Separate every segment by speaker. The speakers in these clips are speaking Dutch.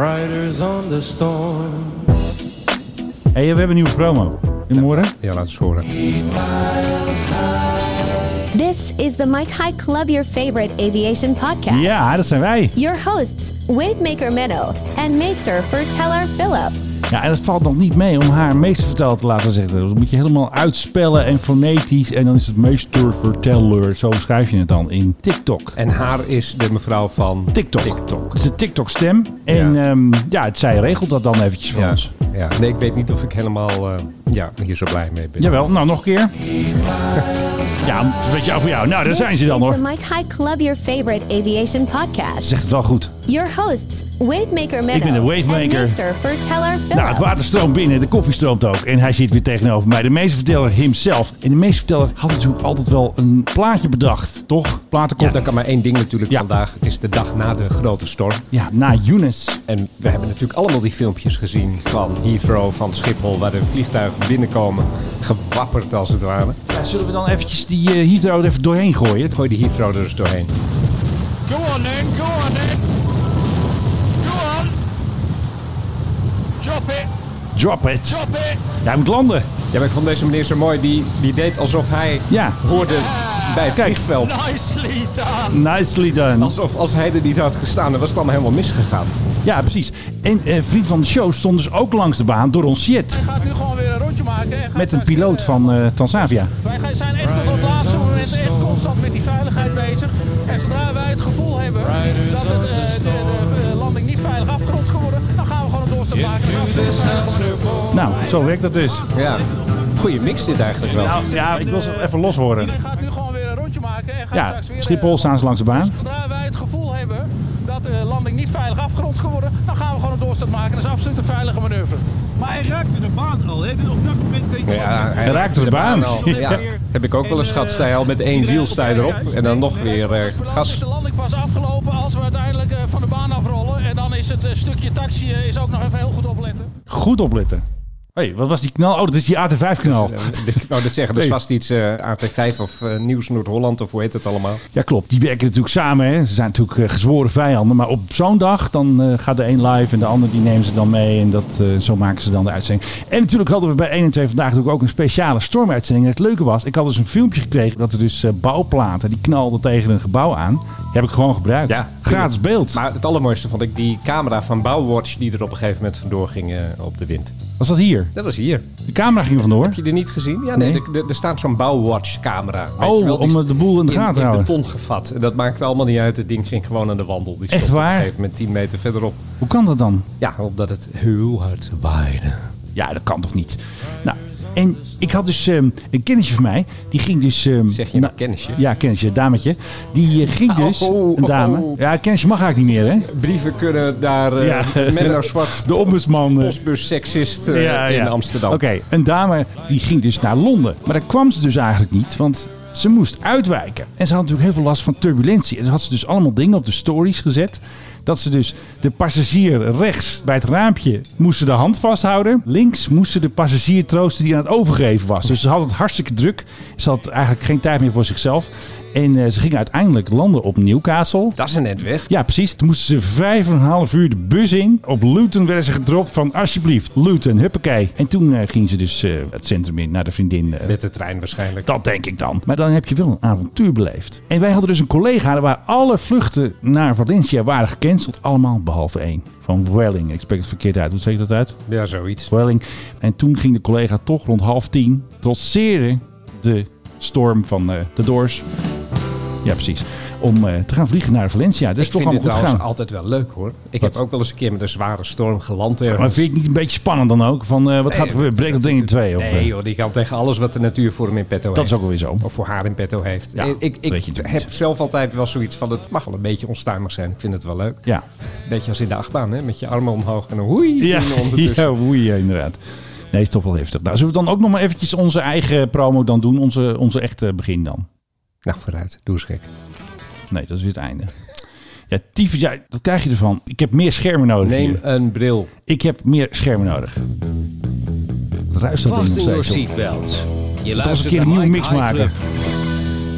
Speaker 1: Riders on the storm.
Speaker 2: Hé, hey, we hebben een nieuwe promo. In morgen?
Speaker 3: Ja, laat eens horen.
Speaker 4: This is the Mike High Club, your favorite aviation podcast.
Speaker 2: Ja, dat zijn wij.
Speaker 4: Your hosts, Wavemaker Menno and Meester Verteller Philip.
Speaker 2: Ja, en het valt nog niet mee om haar meester vertellen te laten zeggen. Dat moet je helemaal uitspellen en fonetisch. En dan is het meester verteller. Zo schrijf je het dan in TikTok.
Speaker 3: En haar is de mevrouw van
Speaker 2: TikTok.
Speaker 3: TikTok.
Speaker 2: Het is een TikTok-stem. En ja. ja, het, zij regelt dat dan eventjes voor
Speaker 3: Ja,
Speaker 2: ons.
Speaker 3: ja. Nee, ik weet niet of ik helemaal eh, ja, hier zo blij mee ben.
Speaker 2: Jawel, nou nog een keer. ja, een beetje over jou. Nou, daar zijn
Speaker 4: This
Speaker 2: ze dan
Speaker 4: is
Speaker 2: hoor.
Speaker 4: the Mike High Club, your favorite aviation podcast.
Speaker 2: Ze zegt het wel goed.
Speaker 4: Your hosts, Wavemaker Menno
Speaker 2: ben de
Speaker 4: and
Speaker 2: Wavemaker.
Speaker 4: Meester Verteller Philip.
Speaker 2: Nou, het water stroomt binnen, de koffie stroomt ook. En hij zit weer tegenover mij, de meesterverteller himself. En de meesterverteller had natuurlijk altijd wel een plaatje bedacht, toch?
Speaker 3: Komt,
Speaker 2: Platenkop.
Speaker 3: dan kan maar één ding natuurlijk
Speaker 2: Ja.
Speaker 3: vandaag. Het is de dag na de grote storm.
Speaker 2: Ja, na Younes.
Speaker 3: En we hebben natuurlijk allemaal die filmpjes gezien van Heathrow, van Schiphol, waar de vliegtuigen binnenkomen. Gewapperd als het ware.
Speaker 2: Ja, zullen we dan eventjes die eh Heathrow er even doorheen gooien?
Speaker 3: Gooi die Heathrow er eens doorheen.
Speaker 5: Go on then, go on then. Go on. Drop it,
Speaker 2: Drop it.
Speaker 5: drop it.
Speaker 2: Jij moet landen.
Speaker 3: Ja, maar ik vond deze meneer zo mooi. Die, die deed alsof hij
Speaker 2: Ja.
Speaker 3: hoorde bij het
Speaker 2: Kijk.
Speaker 3: vliegveld.
Speaker 5: Nicely done.
Speaker 2: Nicely done.
Speaker 3: Alsof als hij er niet had gestaan, dan was het allemaal helemaal misgegaan.
Speaker 2: Ja, precies. En eh, vriend van de show stond dus ook langs de baan door ons shit.
Speaker 6: gaat nu gewoon weer een rondje maken. En gaat
Speaker 2: Met een
Speaker 6: straks
Speaker 2: piloot
Speaker 6: weer-
Speaker 2: van eh, Transavia.
Speaker 6: Wij gaan- zijn echt tot op het laatste moment echt constant met die veiligheid bezig. En zodra wij het gevoel hebben dat het, eh, de, de, eh, landing niet veilig afgerond kan worden, dan gaan we gewoon een doorstap maken. Dus afzetten.
Speaker 2: Nou, zo werkt dat dus.
Speaker 3: Ja, goede mix dit eigenlijk wel.
Speaker 2: Nou, ja, ik wil ze even los horen.
Speaker 6: Iedereen gaat nu gewoon weer een rondje maken. En gaat
Speaker 2: Ja,
Speaker 6: straks weer,
Speaker 2: Schiphol
Speaker 6: eh,
Speaker 2: staan ze langs de baan.
Speaker 6: Zodra wij het gevoel hebben dat de landing niet veilig afgerond kan worden, dan gaan we gewoon een doorstap maken. Dat is absoluut een veilige manoeuvre. Maar hij raakte de baan al. Hè? Dus op dat moment kan je
Speaker 3: Ja, hij
Speaker 2: Hij raakte de baan.
Speaker 3: al. Ja. Heb ik ook wel eens gehad. Sta je al met één wiel sta je erop en dan nog weer eh,
Speaker 6: Pas is
Speaker 3: gas.
Speaker 6: de landing pas afgelopen als we uiteindelijk eh, van de baan afrollen. En dan is het eh, stukje taxi eh, is ook nog even heel goed opletten.
Speaker 2: Goed opletten. Hé, hey, wat was die knal? Oh, dat is die AT5-knal.
Speaker 3: Ik wou net zeggen, dat is
Speaker 2: Nee.
Speaker 3: vast iets eh, AT5 of eh, Nieuws Noord-Holland of hoe heet het allemaal.
Speaker 2: Ja, klopt. Die werken natuurlijk samen. Hè. Ze zijn natuurlijk eh, gezworen vijanden. Maar op zo'n dag dan eh, gaat de een live en de ander die neemt ze dan mee. En dat, eh, zo maken ze dan de uitzending. En natuurlijk hadden we bij 1 en 2 vandaag natuurlijk ook een speciale stormuitzending. En het leuke was, ik had dus een filmpje gekregen dat er dus eh, bouwplaten, die knalden tegen een gebouw aan. Die heb ik gewoon gebruikt.
Speaker 3: Ja,
Speaker 2: Gratis beeld.
Speaker 3: Maar het allermooiste vond ik die camera van Bouwwatch die er op een gegeven moment vandoor ging eh, op de wind.
Speaker 2: Was dat hier?
Speaker 3: Dat was hier.
Speaker 2: De camera ging er vandoor.
Speaker 3: Heb je die niet gezien? Ja,
Speaker 2: Nee.
Speaker 3: nee. er- Er, er staat zo'n Bouwwatch-camera. Weet
Speaker 2: Oh,
Speaker 3: je wel, die
Speaker 2: om
Speaker 3: is
Speaker 2: de boel in de gaten te
Speaker 3: in, in
Speaker 2: houden.
Speaker 3: beton gevat. En dat maakt allemaal niet uit. Het ding ging gewoon aan de wandel. Die stond
Speaker 2: Echt waar?
Speaker 3: op een gegeven moment 10 meter verderop.
Speaker 2: Hoe kan dat dan?
Speaker 3: Ja, omdat het heel hard waaide.
Speaker 2: Ja, dat kan toch niet? Nou, en ik had dus ehm, een kennisje van mij. Die ging dus... ehm,
Speaker 3: Zeg je nou
Speaker 2: na-
Speaker 3: kennisje?
Speaker 2: Ja, kennisje, dametje. Die eh, ging dus,
Speaker 3: Oh, oh,
Speaker 2: een dame.
Speaker 3: oh.
Speaker 2: Ja, kennisje mag eigenlijk niet meer, hè?
Speaker 3: Brieven kunnen daar eh
Speaker 2: Ja.
Speaker 3: Menno Zwart,
Speaker 2: De ombudsman. eh,
Speaker 3: postbus-seksist eh,
Speaker 2: ja, ja.
Speaker 3: in Amsterdam.
Speaker 2: Oké, een dame die ging dus naar Londen. Maar daar kwam ze dus eigenlijk niet, want ze moest uitwijken. En ze had natuurlijk heel veel last van turbulentie. En toen had ze dus allemaal dingen op de stories gezet. Dat ze dus de passagier rechts bij het raampje moest ze de hand vasthouden. Links moest ze de passagier troosten die aan het overgeven was. Dus ze had het hartstikke druk. Ze had eigenlijk geen tijd meer voor zichzelf. En eh, ze ging uiteindelijk landen op Newcastle.
Speaker 3: Dat is er net weg.
Speaker 2: Ja, precies. Toen moesten ze vijf en een half uur de bus in. Op Luton werden ze gedropt van alsjeblieft, Luton, huppakee. En toen eh, ging ze dus eh, het centrum in naar de vriendin. eh,
Speaker 3: Met de trein waarschijnlijk.
Speaker 2: dat denk ik dan. Maar dan heb je wel een avontuur beleefd. En wij hadden dus een collega waar alle vluchten naar Valencia waren gecanceld. Allemaal behalve één. Van Welling. Ik spreek het verkeerd uit. Hoe zeg je dat uit?
Speaker 3: Ja, zoiets.
Speaker 2: Welling. En toen ging de collega toch rond half tien trotseren de storm van eh, de Doors. Ja, precies. Om eh, te gaan vliegen naar Valencia. Dat is
Speaker 3: ik
Speaker 2: toch
Speaker 3: vind
Speaker 2: allemaal
Speaker 3: dit
Speaker 2: goed
Speaker 3: trouwens
Speaker 2: gegaan.
Speaker 3: altijd wel leuk hoor. Ik
Speaker 2: Wat?
Speaker 3: heb ook wel eens een keer met een zware storm geland ergens.
Speaker 2: Maar vind je het niet een beetje spannend dan ook? Van eh, wat gaat er gebeuren? Breekt dat ding in twee? Of,
Speaker 3: Nee
Speaker 2: eh,
Speaker 3: joh, die kan tegen alles wat de natuur voor hem in petto
Speaker 2: Dat
Speaker 3: heeft.
Speaker 2: is ook wel weer zo.
Speaker 3: Of voor haar in petto heeft.
Speaker 2: Ja,
Speaker 3: ik ik, ik
Speaker 2: weet je natuurlijk
Speaker 3: heb
Speaker 2: niet.
Speaker 3: zelf altijd wel zoiets van, het mag wel een beetje onstuimig zijn. Ik vind het wel leuk.
Speaker 2: ja.
Speaker 3: Beetje als in de achtbaan, hè? met je armen omhoog en een hoei
Speaker 2: Ja,
Speaker 3: ondertussen.
Speaker 2: ja, oei, ja, inderdaad. Nee, is toch wel heftig. Nou, zullen we dan ook nog maar eventjes onze eigen promo dan doen? Onze, onze echte begin dan?
Speaker 3: Nou, vooruit. Doe eens gek.
Speaker 2: Nee, dat is weer het einde. Ja, tyfus, ja, dat krijg je ervan. Ik heb meer schermen nodig
Speaker 3: Neem
Speaker 2: hier.
Speaker 3: een bril.
Speaker 2: Ik heb meer schermen nodig. Wat ruist dat ding
Speaker 7: Vast
Speaker 2: nog
Speaker 7: in your
Speaker 2: steeds op?
Speaker 7: seatbelts. Je
Speaker 2: Als we een
Speaker 7: luistert
Speaker 2: keer
Speaker 7: naar
Speaker 2: een nieuwe
Speaker 7: Mike
Speaker 2: mix
Speaker 7: High
Speaker 2: maken.
Speaker 7: Club.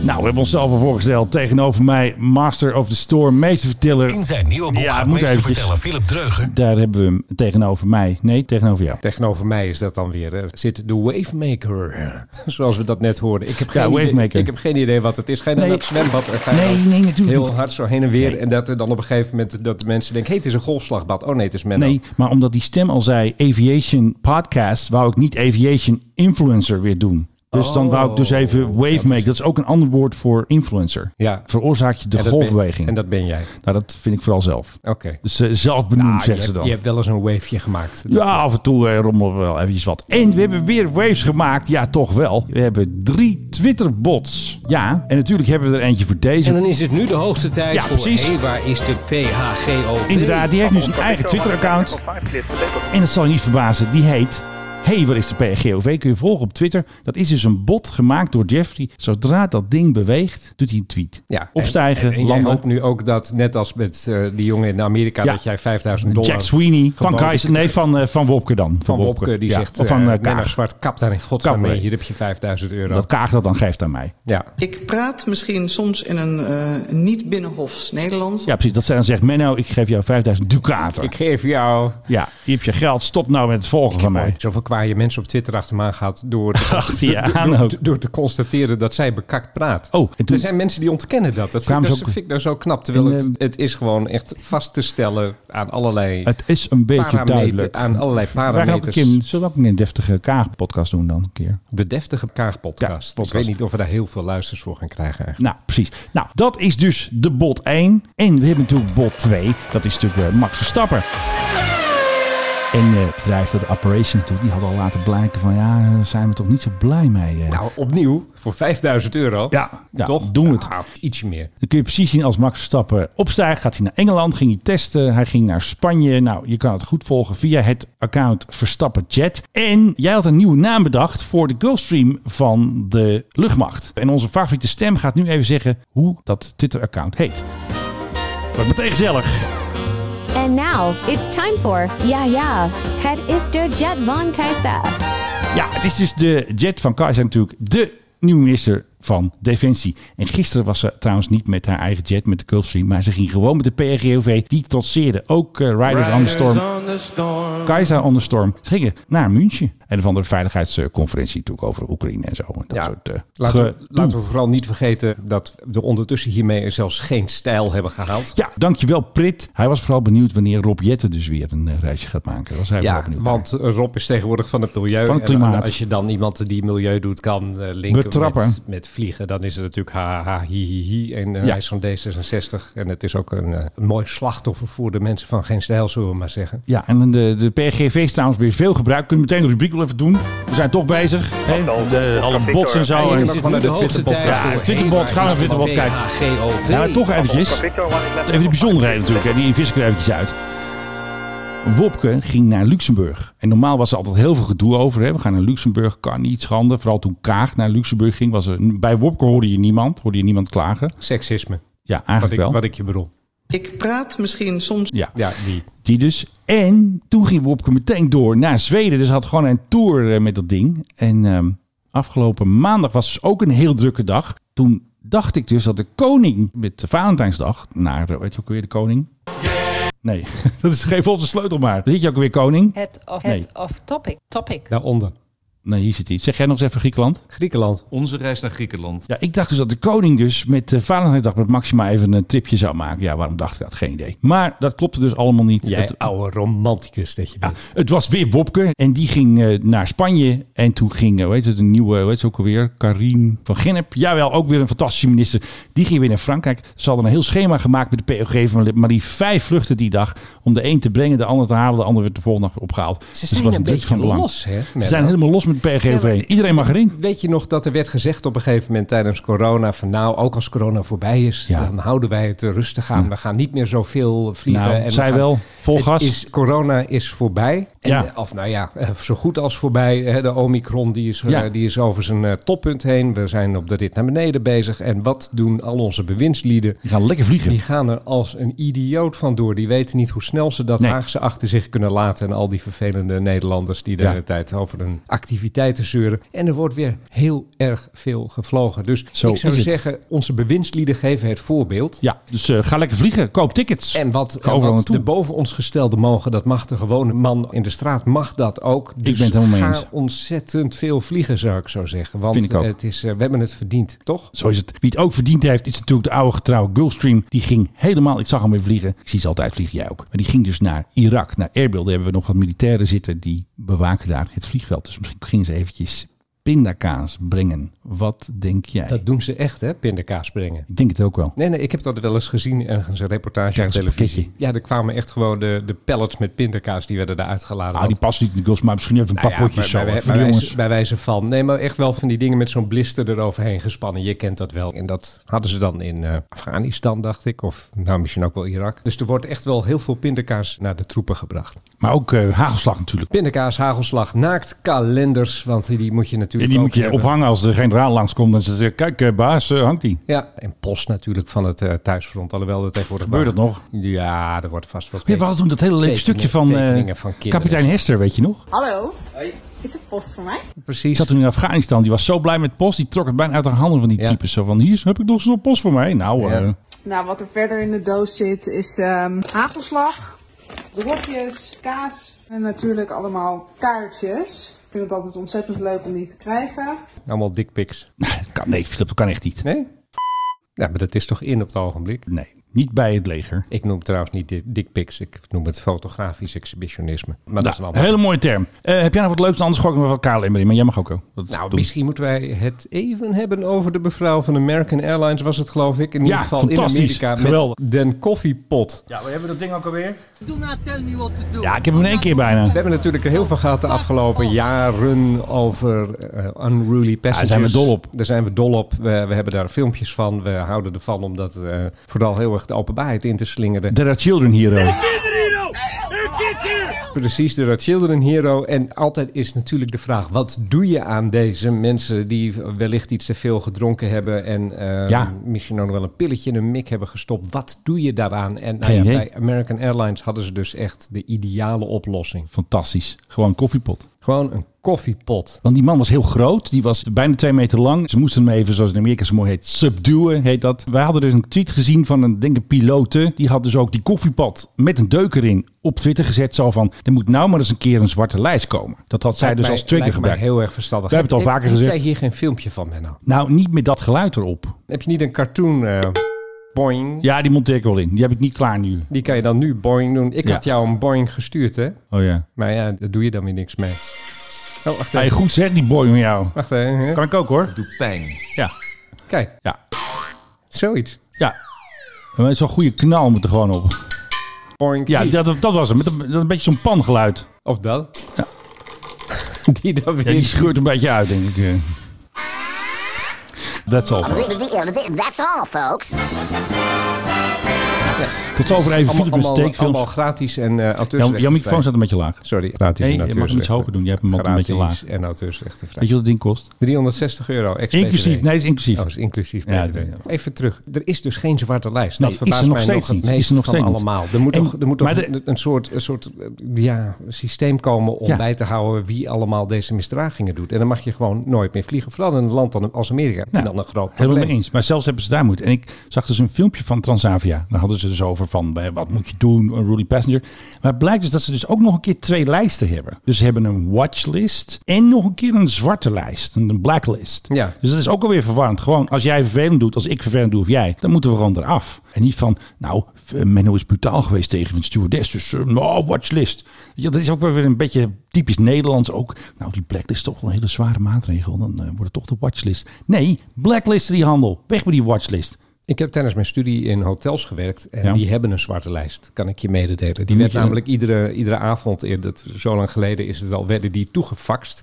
Speaker 2: Nou, we hebben onszelf al voorgesteld. Tegenover mij, Master of the Storm, meesterverteller.
Speaker 7: In zijn nieuwe boek
Speaker 2: Ja,
Speaker 7: gaat
Speaker 2: moet
Speaker 7: meester
Speaker 2: eventjes.
Speaker 7: vertellen Philip Dreuger
Speaker 2: Daar hebben we hem tegenover mij. Nee, tegenover jou.
Speaker 3: Tegenover mij is dat dan weer. eh, Zit de Wavemaker. Zoals we dat net hoorden. Ik heb,
Speaker 2: Ja,
Speaker 3: geen,
Speaker 2: Wavemaker.
Speaker 3: Idee, ik heb geen idee wat het is. Ga je naar
Speaker 2: Nee.
Speaker 3: het zwembad? en ga je
Speaker 2: Nee,
Speaker 3: dan
Speaker 2: nee, natuurlijk
Speaker 3: Heel
Speaker 2: niet.
Speaker 3: hard zo heen en weer. En dat er dan op een gegeven moment dat de mensen denken: hé, hey, het is een golfslagbad. Oh nee, het is Menno.
Speaker 2: Nee, maar omdat die stem al zei Aviation Podcast, wou ik niet Aviation Influencer weer doen. Dus dan wou ik dus
Speaker 7: Oh,
Speaker 2: even Wavemaker. Dat is ook een ander woord voor influencer.
Speaker 3: Ja.
Speaker 2: Veroorzaak je de
Speaker 3: En dat ben-
Speaker 2: golfbeweging.
Speaker 3: en dat ben jij.
Speaker 2: Nou, dat vind ik vooral zelf.
Speaker 3: Oké.
Speaker 2: Dus eh, zelf benoemd,
Speaker 3: Ah, je,
Speaker 2: zeggen ze
Speaker 3: hebt,
Speaker 2: dan.
Speaker 3: je hebt wel eens een waveje gemaakt.
Speaker 2: Ja, af en toe eh, rommelen we wel eventjes wat. En we hebben weer waves gemaakt. Ja, toch wel. We hebben drie Twitterbots. Ja, en natuurlijk hebben we er eentje voor deze.
Speaker 8: En dan is het nu de hoogste tijd
Speaker 2: Ja,
Speaker 8: voor...
Speaker 2: precies.
Speaker 8: hey, waar is de PHGOV?
Speaker 2: Inderdaad, die heeft nu zijn eigen Twitter-account. En dat zal je niet verbazen, die heet... Hey, wat is de PRGOV? Kun je volgen op Twitter. Dat is dus een bot gemaakt door Jeffrey. Zodra dat ding beweegt, doet hij een tweet.
Speaker 3: Ja,
Speaker 2: Opstijgen,
Speaker 3: en, en, en jij
Speaker 2: landen.
Speaker 3: hoopt nu ook dat, net als met eh, die jongen in Amerika,
Speaker 2: Ja.
Speaker 3: dat jij 5000 dollar...
Speaker 2: Jack Sweeney. Van
Speaker 3: Gewoon-
Speaker 2: Kaiser. Nee, van, eh, van Wopke dan.
Speaker 3: Van Wopke, die
Speaker 2: Ja,
Speaker 3: zegt,
Speaker 2: Of van
Speaker 3: eh,
Speaker 2: eh,
Speaker 3: Menno
Speaker 2: Kaag.
Speaker 3: Zwart, kap daar in godsnaam
Speaker 2: Kap
Speaker 3: mee.
Speaker 2: mee.
Speaker 3: Hier heb je 5000 euro.
Speaker 2: Dat Kaag dat dan geeft aan mij.
Speaker 3: ja.
Speaker 9: Ik praat misschien soms in een eh, niet binnenhofs Nederlands.
Speaker 2: Ja, precies. Dat zij dan zegt, Menno, ik geef jou 5000 ducaten.
Speaker 3: Ik geef jou...
Speaker 2: Ja, je hebt je geld. Stop nou met het volgen van mij.
Speaker 3: Ooit zoveel kwaaie mensen op Twitter achter me gaat door,
Speaker 2: Achter je
Speaker 3: door,
Speaker 2: aan
Speaker 3: door-
Speaker 2: ook.
Speaker 3: door, te constateren dat zij bekakt praat.
Speaker 2: Oh, en toen-
Speaker 3: Er zijn mensen die ontkennen dat. Dat vind, ik,
Speaker 2: Kwamen
Speaker 3: dat
Speaker 2: ze ook-
Speaker 3: vind ik nou zo knap. Terwijl
Speaker 2: En,
Speaker 3: het,
Speaker 2: ehm,
Speaker 3: het is gewoon echt vast te stellen aan allerlei
Speaker 2: Het is een beetje
Speaker 3: parameters.
Speaker 2: duidelijk.
Speaker 3: Aan allerlei
Speaker 2: Wij gaan ook een
Speaker 3: eh, parameters.
Speaker 2: keer, een- zullen we ook een keer een deftige Kaag-podcast doen dan een keer?
Speaker 3: De deftige kaagpodcast.
Speaker 2: Ja,
Speaker 3: ik weet niet of we daar heel veel luisters voor gaan krijgen eigenlijk.
Speaker 2: Nou, precies. Nou, dat is dus de bot 1. En we hebben natuurlijk bot 2. Dat is natuurlijk eh, Max Verstappen. En eh, het bedrijf dat de Operation toe, die had al laten blijken van ja, daar zijn we toch niet zo blij mee. eh.
Speaker 3: Nou, opnieuw, voor 5000 euro.
Speaker 2: Ja, ja,
Speaker 3: toch?
Speaker 2: doen we het.
Speaker 3: Ja, ietsje meer.
Speaker 2: Dan kun je precies zien als Max Verstappen opstijgt. Gaat hij naar Engeland, ging hij testen. Hij ging naar Spanje. Nou, je kan het goed volgen via het account Verstappen Jet. En jij had een nieuwe naam bedacht voor de Gulfstream van de luchtmacht. En onze favoriete stem gaat nu even zeggen hoe dat Twitter-account heet. Wordt meteen gezellig.
Speaker 4: And now it's time for Yeah Yeah. Het is de Jet von Kaiser.
Speaker 2: Ja, het is dus de Jet van Kaiser natuurlijk de nieuwe minister van Defensie. En gisteren was ze trouwens niet met haar eigen jet, met de Gulfstream. Maar ze ging gewoon met de PRGOV. Die trotseerde ook eh, Riders on the Storm.
Speaker 1: on the storm.
Speaker 2: Kaiser onder storm. Ze gingen naar München. En van de veiligheidsconferentie natuurlijk over Oekraïne en zo. En dat
Speaker 3: Ja,
Speaker 2: soort, eh,
Speaker 3: Laten we,
Speaker 2: gedoe.
Speaker 3: laten we vooral niet vergeten dat we ondertussen hiermee zelfs geen stijl hebben gehaald.
Speaker 2: Ja, dankjewel Prit. Hij was vooral benieuwd wanneer Rob Jette dus weer een eh, reisje gaat maken. Daar was hij
Speaker 3: Ja,
Speaker 2: vooral benieuwd naar.
Speaker 3: want eh, Rob is tegenwoordig van het milieu.
Speaker 2: Van het
Speaker 3: En dan-
Speaker 2: klimaat.
Speaker 3: als je dan iemand die milieu doet kan eh, linken
Speaker 2: Betrappen.
Speaker 3: Met, met vliegen, dan is het natuurlijk ha, ha, hi, hi, hi. En eh,
Speaker 2: Ja.
Speaker 3: hij is van D66. En het is ook een, eh, een mooi slachtoffer voor de mensen van geen stijl, zullen we maar zeggen.
Speaker 2: Ja, en de, de PRGV is trouwens weer veel gebruikt. Kunnen we meteen de rubriek wel even doen. We zijn toch bezig. hè? De, alle bots en
Speaker 3: Ja,
Speaker 2: zo.
Speaker 8: En
Speaker 2: En
Speaker 8: is
Speaker 3: ook
Speaker 8: het
Speaker 3: van
Speaker 8: nu
Speaker 3: de
Speaker 8: de hoogste
Speaker 3: Twitterbot.
Speaker 8: tijd
Speaker 2: Ja,
Speaker 8: voor...
Speaker 2: Twitterbot,
Speaker 8: hey, waar
Speaker 2: gaan
Speaker 8: is
Speaker 2: we
Speaker 8: de
Speaker 2: Twitterbot kijken.
Speaker 8: PHGOV?
Speaker 2: Ja, maar Nou, toch eventjes. Even die bijzondere natuurlijk. Hè. Die vis ik er eventjes uit. Wopke ging naar Luxemburg. En normaal was er altijd heel veel gedoe over. Hè. We gaan naar Luxemburg, kan niet schande. Vooral toen Kaag naar Luxemburg ging. Was er, bij Wopke hoorde je niemand. Hoorde je niemand klagen.
Speaker 3: Seksisme,
Speaker 2: Ja,
Speaker 3: wat ik,
Speaker 2: eigenlijk wel.
Speaker 3: wat ik je bedoel.
Speaker 9: Ik praat misschien soms
Speaker 2: ja.
Speaker 3: Ja, die.
Speaker 2: Die dus. En toen ging Wopke meteen door naar Zweden. Dus had gewoon een tour eh, met dat ding. En ehm, afgelopen maandag was dus ook een heel drukke dag. Toen dacht ik dus dat de koning met Valentijnsdag naar, eh, weet je ook weer de koning? Nee, dat is geen volgens de sleutel maar. Dan zit je ook weer koning.
Speaker 10: Head of,
Speaker 2: Nee.
Speaker 10: head of topic. Topic.
Speaker 3: Daaronder.
Speaker 2: Nee, hier zit hij. Zeg jij nog eens even Griekenland?
Speaker 3: Griekenland.
Speaker 11: Onze reis naar Griekenland.
Speaker 2: Ja, ik dacht dus dat de koning dus met eh, Valentijnsdag met Maxima even een tripje zou maken. Ja, waarom dacht ik dat? Geen idee. Maar dat klopte dus allemaal niet.
Speaker 3: Jij
Speaker 2: Dat-
Speaker 3: oude romanticus dat je bent.
Speaker 2: Het was weer Wopke en die ging eh, naar Spanje. En toen ging, eh, hoe heet het, een nieuwe, weet je ook alweer, Karim van Gennep. Jawel, ook weer een fantastische minister. Die ging weer naar Frankrijk. Ze hadden een heel schema gemaakt met de POG van Marie. Vijf vluchten die dag om de een te brengen, de ander te halen. De ander werd de volgende dag weer opgehaald. Dus
Speaker 3: Ze
Speaker 2: het
Speaker 3: zijn
Speaker 2: was
Speaker 3: een
Speaker 2: druk
Speaker 3: beetje los, hè,
Speaker 2: Ze
Speaker 3: Menno?
Speaker 2: zijn helemaal los met de POG.
Speaker 3: Ja, maar-
Speaker 2: Iedereen mag erin.
Speaker 3: Weet je nog dat er werd gezegd op een gegeven moment tijdens corona van nou, ook als corona voorbij is,
Speaker 2: Ja.
Speaker 3: dan houden wij het eh, rustig aan. We gaan niet meer zoveel vliegen.
Speaker 2: Nou,
Speaker 3: we
Speaker 2: zij
Speaker 3: gaan-
Speaker 2: wel. Vol
Speaker 3: Het
Speaker 2: gas.
Speaker 3: Is, corona is voorbij. En,
Speaker 2: Ja.
Speaker 3: eh, Of nou ja, eh, zo goed als voorbij. Hè, de Omicron die is, eh,
Speaker 2: Ja.
Speaker 3: die is over zijn eh, toppunt heen. We zijn op de rit naar beneden bezig. En wat doen al onze bewindslieden?
Speaker 2: Die gaan lekker vliegen.
Speaker 3: Die gaan er als een idioot van door. Die weten niet hoe snel ze dat
Speaker 2: Nee.
Speaker 3: Haagse achter zich kunnen laten. En al die vervelende Nederlanders die de
Speaker 2: Ja.
Speaker 3: hele tijd over hun activiteiten zeuren. En er wordt weer heel erg veel gevlogen. Dus
Speaker 2: Zo
Speaker 3: ik zou
Speaker 2: is het.
Speaker 3: zeggen, onze bewindslieden geven het voorbeeld.
Speaker 2: Ja, dus eh, ga lekker vliegen. Koop tickets.
Speaker 3: En wat,
Speaker 2: Ga
Speaker 3: en
Speaker 2: overal
Speaker 3: wat
Speaker 2: naartoe.
Speaker 3: de boven ons gestelde mogen, dat mag de gewone man in de straat, mag dat ook. Dus
Speaker 2: ben het helemaal mee eens.
Speaker 3: ga ontzettend veel vliegen, zou ik zo zeggen. Want
Speaker 2: Vind ik ook.
Speaker 3: Het is, eh, we hebben het verdiend, toch?
Speaker 2: Zo is het. Wie het ook verdiend heeft, is natuurlijk de oude getrouwe Gulfstream. Die ging helemaal, ik zag hem weer vliegen. Ik zie ze altijd vliegen, jij ook. Maar die ging dus naar Irak, naar Erbil. Daar hebben we nog wat militairen zitten die bewaken daar het vliegveld. Dus misschien gingen ze eventjes pindakaas brengen. Wat denk jij?
Speaker 3: Dat doen ze echt, hè? Pindakaas brengen.
Speaker 2: Ik denk het ook wel.
Speaker 3: Nee, nee, ik heb dat wel eens gezien ergens een reportage
Speaker 2: Krijgen ze
Speaker 3: op
Speaker 2: een
Speaker 3: televisie.
Speaker 2: pakketje?
Speaker 3: Ja, er kwamen echt gewoon de, de pallets met pindakaas die werden daar uitgeladen.
Speaker 2: Ah, die
Speaker 3: Want-
Speaker 2: past niet in de Gulfstream, maar misschien even een
Speaker 3: Nou
Speaker 2: paar
Speaker 3: ja,
Speaker 2: potjes
Speaker 3: bij,
Speaker 2: zo.
Speaker 3: bij-
Speaker 2: hè, voor de
Speaker 3: bij
Speaker 2: jongens.
Speaker 3: wijze, bij wijze van. Nee, maar echt wel van die dingen met zo'n blister eroverheen gespannen. Je kent dat wel. En dat hadden ze dan in eh, Afghanistan, dacht ik. Of nou, misschien ook wel Irak. Dus er wordt echt wel heel veel pindakaas naar de troepen gebracht.
Speaker 2: Maar ook eh, hagelslag natuurlijk.
Speaker 3: Pindakaas, hagelslag, naaktkalenders. Want die moet je
Speaker 2: En
Speaker 3: natuurlijk
Speaker 2: die
Speaker 3: ook
Speaker 2: moet je
Speaker 3: hebben.
Speaker 2: ophangen als de generaal langskomt. En ze zegt, kijk eh, baas, eh, hangt die.
Speaker 3: Ja, en post natuurlijk van het eh, thuisfront. Alhoewel dat tegenwoordig...
Speaker 2: Gebeurt dat nog?
Speaker 3: Ja, er wordt vast wel...
Speaker 2: Ja, we hadden toen dat hele leuke
Speaker 3: Tekeningen-
Speaker 2: stukje van, eh,
Speaker 3: tekeningen van kinderen.
Speaker 2: kapitein Hester, weet je nog?
Speaker 7: Hallo. Is het post voor mij?
Speaker 3: Precies.
Speaker 2: Die zat toen in Afghanistan. Die was zo blij met post. Die trok het bijna uit haar handen van die
Speaker 3: Ja.
Speaker 2: types. Zo van, hier heb ik nog zo'n post voor mij. Nou,
Speaker 3: Ja.
Speaker 2: eh,
Speaker 7: Nou, wat er verder in de doos zit is ehm hagelslag, dropjes, kaas en natuurlijk allemaal kaartjes. Ik vind het altijd ontzettend leuk om die te krijgen.
Speaker 3: Allemaal dickpics.
Speaker 2: dat kan, nee, dat kan echt niet.
Speaker 3: Nee? Ja, maar dat is toch in op het ogenblik?
Speaker 2: Nee, niet bij het leger.
Speaker 3: Ik noem het trouwens niet di- dickpics, ik noem het fotografisch exhibitionisme. Maar dat is een
Speaker 2: Nou,
Speaker 3: ander.
Speaker 2: hele mooie term. Eh, heb jij nog wat leuks? Anders gooi ik me wat KLM erin. Maar jij mag ook. ook. Dat
Speaker 3: Nou,
Speaker 2: doen.
Speaker 3: misschien moeten wij het even hebben over de mevrouw van American Airlines, was het geloof ik. In ieder
Speaker 2: Ja,
Speaker 3: geval in
Speaker 2: fantastisch.
Speaker 3: Amerika
Speaker 2: Geweldig.
Speaker 3: met den koffiepot.
Speaker 2: Ja, we hebben dat ding ook alweer. Ja, ik heb hem in één keer bijna.
Speaker 3: We hebben natuurlijk heel veel gehad de afgelopen jaren over eh, unruly passengers.
Speaker 2: daar zijn we dol op.
Speaker 3: Daar zijn we dol op. We, we hebben daar filmpjes van. We houden ervan om dat eh, vooral heel erg de openbaarheid in te slingeren.
Speaker 2: There are children here. eh. ook.
Speaker 3: Precies, de Red Children Hero. En altijd is natuurlijk de vraag: wat doe je aan deze mensen die wellicht iets te veel gedronken hebben en eh,
Speaker 2: Ja.
Speaker 3: misschien ook nog wel een pilletje in een mik hebben gestopt? Wat doe je daaraan? En nou
Speaker 2: Geen
Speaker 3: ja,
Speaker 2: idee.
Speaker 3: bij American Airlines hadden ze dus echt de ideale oplossing:
Speaker 2: Fantastisch. Gewoon koffiepot.
Speaker 3: gewoon een koffiepot.
Speaker 2: Want die man was heel groot. Die was bijna twee meter lang. Ze moesten hem even, zoals in Amerika zo mooi heet, subduwen, heet dat. Wij hadden dus een tweet gezien van een, denk ik, pilote. Die had dus ook die koffiepad met een deuk erin op Twitter gezet. Zo van, er moet nou maar eens een keer een zwarte lijst komen. Dat had zij
Speaker 3: Lijkt
Speaker 2: dus
Speaker 3: mij-
Speaker 2: als trigger
Speaker 3: lijkt mij
Speaker 2: gebruikt.
Speaker 3: heel erg verstandig.
Speaker 2: We hebben het al
Speaker 3: Heb-
Speaker 2: vaker
Speaker 3: heb
Speaker 2: gezegd.
Speaker 3: jij hier geen filmpje van, Menno?
Speaker 2: Nou, niet met dat geluid erop.
Speaker 3: Heb je niet een cartoon? eh, boing.
Speaker 2: Ja, die monteer ik wel in. Die heb ik niet klaar nu.
Speaker 3: Die kan je dan nu boing doen. Ik
Speaker 2: Ja.
Speaker 3: had jou een boing gestuurd, hè?
Speaker 2: Oh ja.
Speaker 3: Maar ja, daar doe je dan weer niks mee. Oh, wacht
Speaker 2: Ga je
Speaker 3: even.
Speaker 2: goed zeg, die boy van jou.
Speaker 3: Wacht even. hè?
Speaker 2: Kan ik ook hoor. Ja,
Speaker 3: Kijk.
Speaker 2: ja,
Speaker 3: Zoiets.
Speaker 2: ja. Maar Zo'n goede knal moet er gewoon op.
Speaker 3: Boink.
Speaker 2: Ja, dat, dat was hem. Met een, dat een beetje zo'n pan geluid.
Speaker 3: Of dat. die dan weer.
Speaker 2: Ja, die scheurt een beetje uit, denk ik. eh. That's all. folks.
Speaker 10: That's all, folks.
Speaker 2: Tot zover even
Speaker 3: allemaal,
Speaker 2: Philip met
Speaker 3: allemaal, allemaal
Speaker 2: steekfilms.
Speaker 3: gratis en eh
Speaker 2: Jouw,
Speaker 3: auteursrechten
Speaker 2: jouw microfoon
Speaker 3: vrij.
Speaker 2: staat een beetje laag.
Speaker 3: Sorry, gratis
Speaker 2: Nee, je
Speaker 3: en
Speaker 2: mag hem iets
Speaker 3: auteursrechten.
Speaker 2: hoger doen. Je hebt hem ook een beetje
Speaker 3: Gratis en auteursrechten
Speaker 2: Weet
Speaker 3: vrij.
Speaker 2: je wat het ding kost?
Speaker 3: 360 euro. ex
Speaker 2: Inclusief.
Speaker 3: BTW.
Speaker 2: Nee, is inclusief.
Speaker 3: Oh, is inclusief.
Speaker 2: Ja,
Speaker 3: BTW.
Speaker 2: dat- ja.
Speaker 3: Even terug. Er is dus geen zwarte lijst.
Speaker 2: Nee, is
Speaker 3: dat
Speaker 2: er
Speaker 3: verbaast
Speaker 2: nog
Speaker 3: mij
Speaker 2: steeds
Speaker 3: nog het
Speaker 2: niet. Is er
Speaker 3: meest
Speaker 2: nog
Speaker 3: van
Speaker 2: steeds niet.
Speaker 3: allemaal. Er moet
Speaker 2: En-
Speaker 3: toch, er moet toch
Speaker 2: maar de-
Speaker 3: een soort, een soort eh, ja, systeem komen om
Speaker 2: Ja.
Speaker 3: bij te houden wie allemaal deze misdragingen doet. En dan mag je gewoon nooit meer vliegen. Vooral in een land dan- als Amerika. En
Speaker 2: Nou,
Speaker 3: dan een groot
Speaker 2: Helemaal mee
Speaker 3: probleem.
Speaker 2: eens. Maar zelfs hebben ze daar moeite. En ik zag dus een filmpje van Transavia. Daar hadden ze dus over van eh, wat moet je doen, een ruly passenger. Maar het blijkt dus dat ze dus ook nog een keer twee lijsten hebben. Dus ze hebben een watchlist en nog een keer een zwarte lijst. Een blacklist.
Speaker 3: Ja.
Speaker 2: Dus dat is ook alweer verwarrend. Gewoon als jij vervelend doet, als ik vervelend doe of jij, dan moeten we gewoon eraf. En niet van, nou, eh, Menno is brutaal geweest tegen een stewardess. Dus, eh, nou, watchlist. Weet je, Dat is ook wel weer een beetje typisch Nederlands ook. Nou, die blacklist is toch wel een hele zware maatregel. Dan eh, wordt het toch de watchlist. Nee, blacklisten die handel. Weg met die watchlist.
Speaker 3: Ik heb tijdens mijn studie in hotels gewerkt en
Speaker 2: Ja. eh,
Speaker 3: die hebben een zwarte lijst, kan ik je mededelen. Die
Speaker 2: moet
Speaker 3: werd
Speaker 2: je-
Speaker 3: namelijk iedere, iedere avond, eer dat, zo lang geleden is het al, werden die toegefaxt.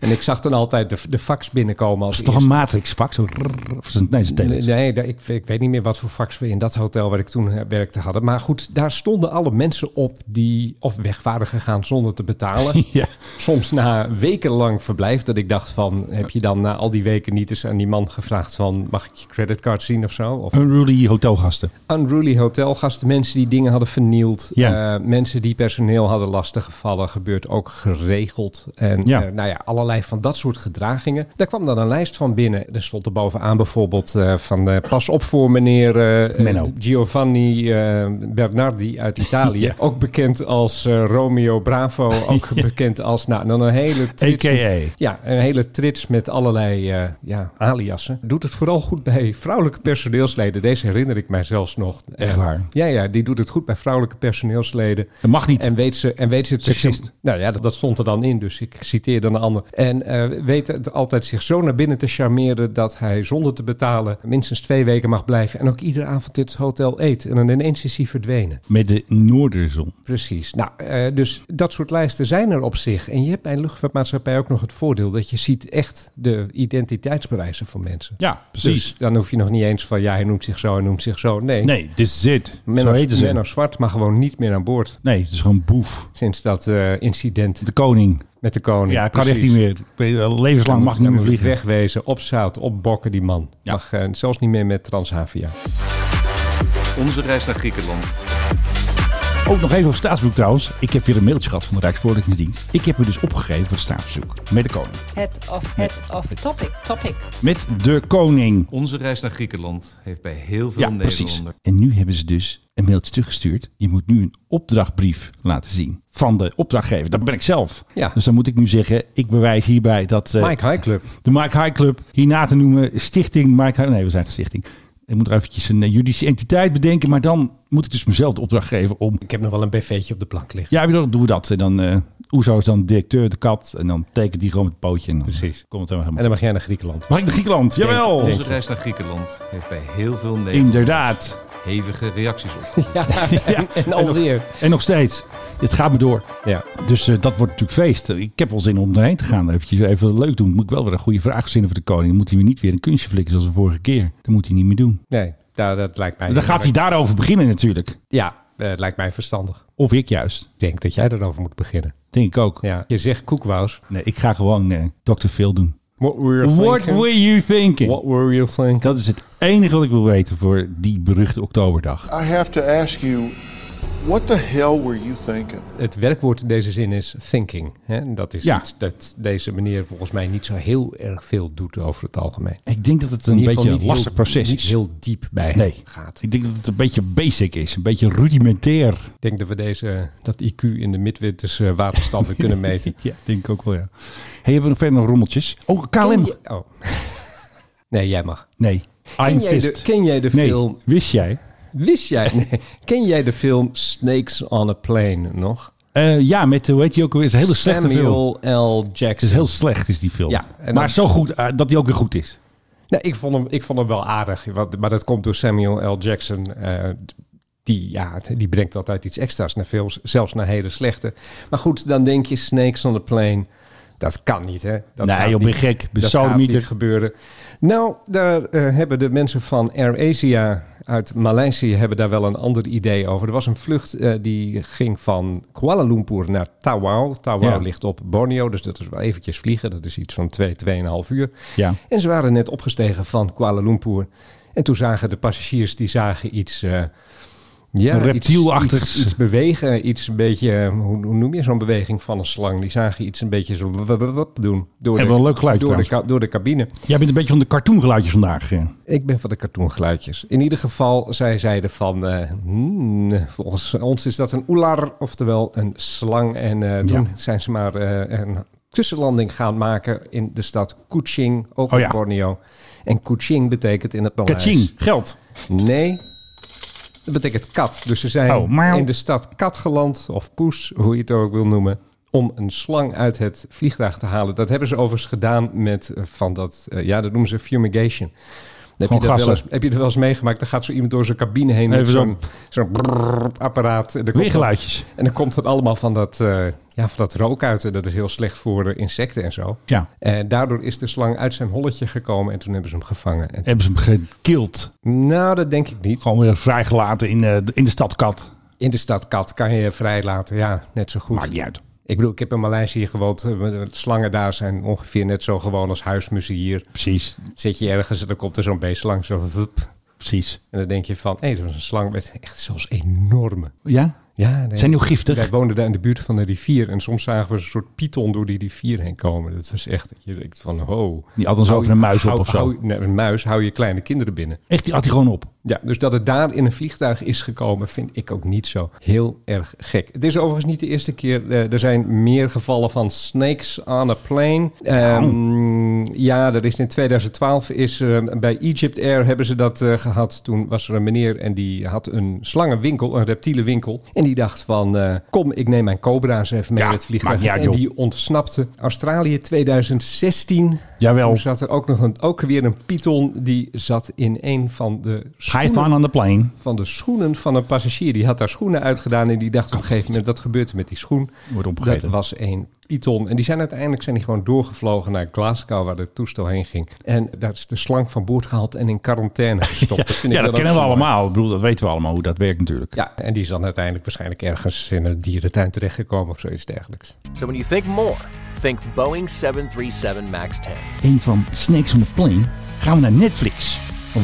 Speaker 3: en ik zag dan altijd de, de fax binnenkomen als
Speaker 2: is toch een
Speaker 3: eerste.
Speaker 2: matrixvak? Zo, rrr, of is het- nee, het is een
Speaker 3: Nee,
Speaker 2: telex.
Speaker 3: nee, daar- ik, ik weet niet meer wat voor fax we in dat hotel waar ik toen eh, werkte hadden. Maar goed, daar stonden alle mensen op die of weg waren gegaan zonder te betalen.
Speaker 2: Ja.
Speaker 3: Soms na wekenlang verblijf dat ik dacht van... heb je dan na al die weken niet eens aan die man gevraagd van... mag ik je creditcard zien of zo? Of
Speaker 2: Unruly hotelgasten.
Speaker 3: unruly hotelgasten, mensen die dingen hadden vernield.
Speaker 2: Ja.
Speaker 3: eh, mensen die personeel hadden lastiggevallen. Gebeurt ook geregeld. En
Speaker 2: Ja.
Speaker 3: eh, nou ja, allerlei van dat soort gedragingen. Daar kwam dan een lijst van binnen. Er stond er bovenaan bijvoorbeeld eh, van... eh, pas op voor meneer eh,
Speaker 2: Menno.
Speaker 3: Giovanni eh, Bernardi uit Italië.
Speaker 2: Ja.
Speaker 3: Ook bekend als eh, Romeo Bravo. Ook bekend als... Nou, dan een hele... trits-
Speaker 2: A.K.A.
Speaker 3: ja, een hele trits met allerlei eh, ja, aliassen. Doet het vooral goed bij vrouwelijke personeelsleden. Deze herinner ik mij zelfs nog.
Speaker 2: Echt
Speaker 3: Eh,
Speaker 2: waar?
Speaker 3: Ja, ja, die doet het goed bij vrouwelijke personeelsleden.
Speaker 2: Dat mag niet.
Speaker 3: En weet ze, en weet ze het
Speaker 2: Seksist.
Speaker 3: precies- Nou ja, dat, dat stond er dan in, dus ik citeer dan een ander. En eh, weet het altijd zich zo naar binnen te charmeren dat hij zonder te betalen minstens twee weken mag blijven. En ook iedere avond dit hotel eet. En dan ineens is hij verdwenen.
Speaker 2: Met de Noorderzon.
Speaker 3: Precies. Nou, eh, dus dat soort lijsten zijn er op zich. En je hebt bij een luchtvaartmaatschappij ook nog het voordeel dat je ziet echt de identiteitsbewijzen van mensen.
Speaker 2: Ja, precies.
Speaker 3: Dus dan hoef je nog niet eens van ja, hij noemt zich zo, hij noemt zich zo. Nee.
Speaker 2: nee, dit is het. dus. Zo
Speaker 3: Menno,
Speaker 2: heten
Speaker 3: Menno
Speaker 2: ze.
Speaker 3: Zwart mag gewoon niet meer aan boord
Speaker 2: Nee, het is gewoon boef.
Speaker 3: sinds dat eh, incident
Speaker 2: De koning.
Speaker 3: met de koning.
Speaker 2: Ja, kan echt
Speaker 3: Precies.
Speaker 2: niet meer. Ik weet wel, Levenslang mag ik niet
Speaker 3: Dan
Speaker 2: meer
Speaker 3: moet je
Speaker 2: vliegen.
Speaker 3: Wegwezen, opzout, opbokken die man.
Speaker 2: Ja.
Speaker 3: Mag eh, zelfs niet meer met Transavia.
Speaker 11: Onze reis naar Griekenland.
Speaker 2: Ook nog even over staatsbezoek trouwens. Ik heb weer een mailtje gehad van de Rijksvoorlichtingsdienst. Ik heb me dus opgegeven voor staatsbezoek. Met de koning.
Speaker 12: Head of head of topic. Topic.
Speaker 2: Met de koning.
Speaker 11: Onze reis naar Griekenland heeft bij heel veel
Speaker 2: Ja, precies.
Speaker 11: Nederlanders
Speaker 2: En nu hebben ze dus een mailtje teruggestuurd. Je moet nu een opdrachtbrief laten zien van de opdrachtgever. Dat ben ik zelf.
Speaker 3: Ja.
Speaker 2: Dus dan moet ik nu zeggen, ik bewijs hierbij dat eh,
Speaker 3: Mike High Club.
Speaker 2: de Mike High Club hierna te noemen stichting Mike High... Nee, we zijn geen stichting. Ik moet er eventjes een eh, juridische entiteit bedenken. Maar dan moet ik dus mezelf de opdracht geven om...
Speaker 3: Ik heb nog wel een bv'tje op de plank liggen.
Speaker 2: Ja, bedoel, doen we dat. En dan... eh Oezo is dan directeur, de kat. En dan tekent die gewoon het pootje. En dan
Speaker 3: Precies.
Speaker 2: Komt het helemaal
Speaker 3: En dan mag jij naar Griekenland.
Speaker 2: Mag ik naar Griekenland? Jawel!
Speaker 11: Onze reis naar Griekenland heeft bij heel veel Nederlanders
Speaker 2: Inderdaad.
Speaker 11: hevige reacties op.
Speaker 2: Ja.
Speaker 3: En alweer.
Speaker 2: En nog steeds. Het gaat me door.
Speaker 3: Ja.
Speaker 2: Dus eh, dat wordt natuurlijk feest. Ik heb wel zin om erheen te gaan. Eventjes even leuk doen. Moet ik wel weer een goede vraag verzinnen voor de koning. Dan moet hij weer niet weer een kunstje flikken zoals de vorige keer. Dat moet hij niet meer doen.
Speaker 3: Nee, nou, dat lijkt mij...
Speaker 2: Dan gaat hij daarover beginnen natuurlijk.
Speaker 3: Ja, eh, het lijkt mij verstandig.
Speaker 2: Of ik juist.
Speaker 3: Ik denk dat jij erover moet beginnen.
Speaker 2: Denk ik ook.
Speaker 3: Ja. Je zegt koekwous.
Speaker 2: Nee, ik ga gewoon eh Dr. Phil doen.
Speaker 3: What were you
Speaker 2: What
Speaker 3: thinking?
Speaker 2: were you thinking?
Speaker 3: What were you thinking?
Speaker 2: Dat is het enige wat ik wil weten voor die beruchte oktoberdag.
Speaker 13: I have to ask you, what the hell were you thinking?
Speaker 3: Het werkwoord in deze zin is thinking. Hè? En Dat is
Speaker 2: Ja.
Speaker 3: iets dat deze meneer volgens mij niet zo heel erg veel doet over het algemeen.
Speaker 2: Ik denk dat het
Speaker 3: In
Speaker 2: een
Speaker 3: ieder geval
Speaker 2: beetje
Speaker 3: niet
Speaker 2: een lastig
Speaker 3: heel-
Speaker 2: proces
Speaker 3: Niet
Speaker 2: is.
Speaker 3: heel diep bij hem
Speaker 2: Nee.
Speaker 3: gaat.
Speaker 2: Ik denk dat het een beetje basic is. Een beetje rudimentair.
Speaker 3: Ik denk dat we deze, dat IQ in de midwinterse waterstand weer kunnen meten.
Speaker 2: Ja, denk ik ook wel, ja. Hey, hebben we nog verder nog rommeltjes? Oh, KLM.
Speaker 3: Ken je- oh. nee, jij mag.
Speaker 2: Nee, I
Speaker 3: Ken jij,
Speaker 2: insist.
Speaker 3: de, ken jij de
Speaker 2: nee,
Speaker 3: film...
Speaker 2: wist jij?
Speaker 3: Wist jij... Nee, ken jij de film Snakes on a Plane nog?
Speaker 2: Eh, ja, met, hoe heet die ook alweer? Het is een hele slechte film.
Speaker 3: Samuel L. Jackson.
Speaker 2: Het is heel slecht, is die film.
Speaker 3: Ja, en
Speaker 2: maar
Speaker 3: dan-
Speaker 2: zo goed eh, dat die ook weer goed is.
Speaker 3: Nee, Nou, ik vond hem, ik vond hem wel aardig. Wat- Maar dat komt door Samuel L. Jackson. eh, die, ja, die brengt altijd iets extra's naar films. Zelfs naar hele slechte. Maar goed, dan denk je Snakes on the Plane. Dat kan niet, hè? Dat
Speaker 2: Nee,
Speaker 3: gaat
Speaker 2: joh, ben
Speaker 3: niet-
Speaker 2: gek. Ben
Speaker 3: Dat
Speaker 2: zo
Speaker 3: gaat
Speaker 2: niet.
Speaker 3: niet gebeuren. Nou, daar eh, hebben de mensen van AirAsia uit Maleisië hebben daar wel een ander idee over. Er was een vlucht eh, die ging van Kuala Lumpur naar Tawau. Tawau
Speaker 2: Ja.
Speaker 3: ligt op Borneo, dus dat is wel eventjes vliegen. Dat is iets van twee, tweeënhalf uur.
Speaker 2: Ja.
Speaker 3: En ze waren net opgestegen van Kuala Lumpur. En toen zagen de passagiers die zagen iets. eh ja,
Speaker 2: Een reptielachtigs.
Speaker 3: Iets, iets, iets bewegen, iets een beetje. eh, Hoe, hoe noem je zo'n beweging van een slang? Die zagen iets een beetje zo. wap, wap, wap doen. Door
Speaker 2: Hebben we een leuk geluid
Speaker 3: door de,
Speaker 2: trouwens.
Speaker 3: ka- door de cabine.
Speaker 2: Jij bent een beetje van de cartoongeluidjes vandaag. eh.
Speaker 3: Ik ben van de cartoongeluidjes. In ieder geval, zij zeiden van... eh, hmm, volgens ons is dat een oelar, oftewel een slang. En eh, toen
Speaker 2: Ja.
Speaker 3: zijn ze maar eh, een tussenlanding gaan maken in de stad Kuching, ook
Speaker 2: Oh
Speaker 3: in
Speaker 2: ja.
Speaker 3: Borneo. En Kuching betekent in het Maleis...
Speaker 2: Kaching, geld.
Speaker 3: Nee, dat betekent kat. Dus ze zijn
Speaker 2: Oh, maar-
Speaker 3: in de stad Katgeland, of Poes, hoe je het ook wil noemen... om een slang uit het vliegtuig te halen. Dat hebben ze overigens gedaan met eh, van dat... eh, ja, dat noemen ze fumigation. Heb je,
Speaker 2: Gewoon
Speaker 3: dat wel eens,
Speaker 2: gassen.
Speaker 3: heb je dat wel eens meegemaakt? Dan gaat zo iemand door zijn cabine heen met
Speaker 2: Even zo.
Speaker 3: zo'n zo'n brrrr apparaat. En dan komt dat-
Speaker 2: Weergeluidjes.
Speaker 3: En dan komt het allemaal van dat, eh, ja, van dat rook uit. En dat is heel slecht voor de insecten en zo.
Speaker 2: Ja.
Speaker 3: En daardoor is de slang uit zijn holletje gekomen en toen hebben ze hem gevangen. En
Speaker 2: Hebben ze hem gekild?
Speaker 3: Nou, dat denk ik niet.
Speaker 2: Gewoon weer vrijgelaten in, eh, de- in de stad Kat.
Speaker 3: in de stad kat kan je vrij laten. Ja, net zo goed.
Speaker 2: Maakt niet uit.
Speaker 3: Ik bedoel, ik heb in Maleisië hier gewoond. Eh, de Slangen daar zijn ongeveer net zo gewoon als huismussen hier.
Speaker 2: Precies.
Speaker 3: Zit je ergens en dan komt er zo'n beest langs. Zo, vup.
Speaker 2: Precies.
Speaker 3: En dan denk je van, hé, dat was een slang met echt zelfs enorme.
Speaker 2: Ja?
Speaker 3: Ja, nee.
Speaker 2: Zijn die ook giftig?
Speaker 3: Wij woonden daar in de buurt van de rivier en soms zagen we een soort python door die rivier heen komen. Dat was echt, je denkt van, ho.
Speaker 2: Die had ons
Speaker 3: Hou
Speaker 2: over
Speaker 3: je-
Speaker 2: een muis op
Speaker 3: hou-
Speaker 2: of zo.
Speaker 3: hou- nee, een muis, hou je kleine kinderen binnen.
Speaker 2: Echt, die had hij gewoon op.
Speaker 3: Ja, dus dat het daar in een vliegtuig is gekomen, vind ik ook niet zo heel erg gek. Het is overigens niet de eerste keer. eh, er zijn meer gevallen van snakes on a plane. Ehm, ja, dat is in 2012 is eh, bij Egypt Air hebben ze dat eh, gehad. Toen was er een meneer en die had een slangenwinkel, een reptielenwinkel. En die dacht van, eh, kom, ik neem mijn cobra's even mee
Speaker 2: Ja,
Speaker 3: met het vliegtuig.
Speaker 2: maakt niet uit,
Speaker 3: en
Speaker 2: joh.
Speaker 3: die ontsnapte Australië 2016.
Speaker 2: Jawel.
Speaker 3: Toen zat er ook nog een, ook weer een python die zat in een van de
Speaker 2: Python
Speaker 3: schoenen,
Speaker 2: on the plane.
Speaker 3: van de schoenen van een passagier. Die had daar schoenen uitgedaan en die dacht op een gegeven moment wat gebeurt er met die schoen?
Speaker 2: Wordt
Speaker 3: Dat
Speaker 2: opgegeten.
Speaker 3: was een python. En die zijn uiteindelijk zijn die gewoon doorgevlogen naar Glasgow waar het toestel heen ging. En daar is de slang van boord gehaald en in quarantaine gestopt. Dat vind ik
Speaker 2: Ja, dat
Speaker 3: wel ook
Speaker 2: kennen
Speaker 3: zo
Speaker 2: we
Speaker 3: mooi.
Speaker 2: allemaal. Ik bedoel, dat weten we allemaal hoe dat werkt natuurlijk.
Speaker 3: Ja, en die is dan uiteindelijk waarschijnlijk ergens in een dierentuin terechtgekomen of zoiets dergelijks.
Speaker 14: So when you think more, think Boeing 737 MAX 10.
Speaker 2: een van Snakes on the Plane, gaan we naar Netflix.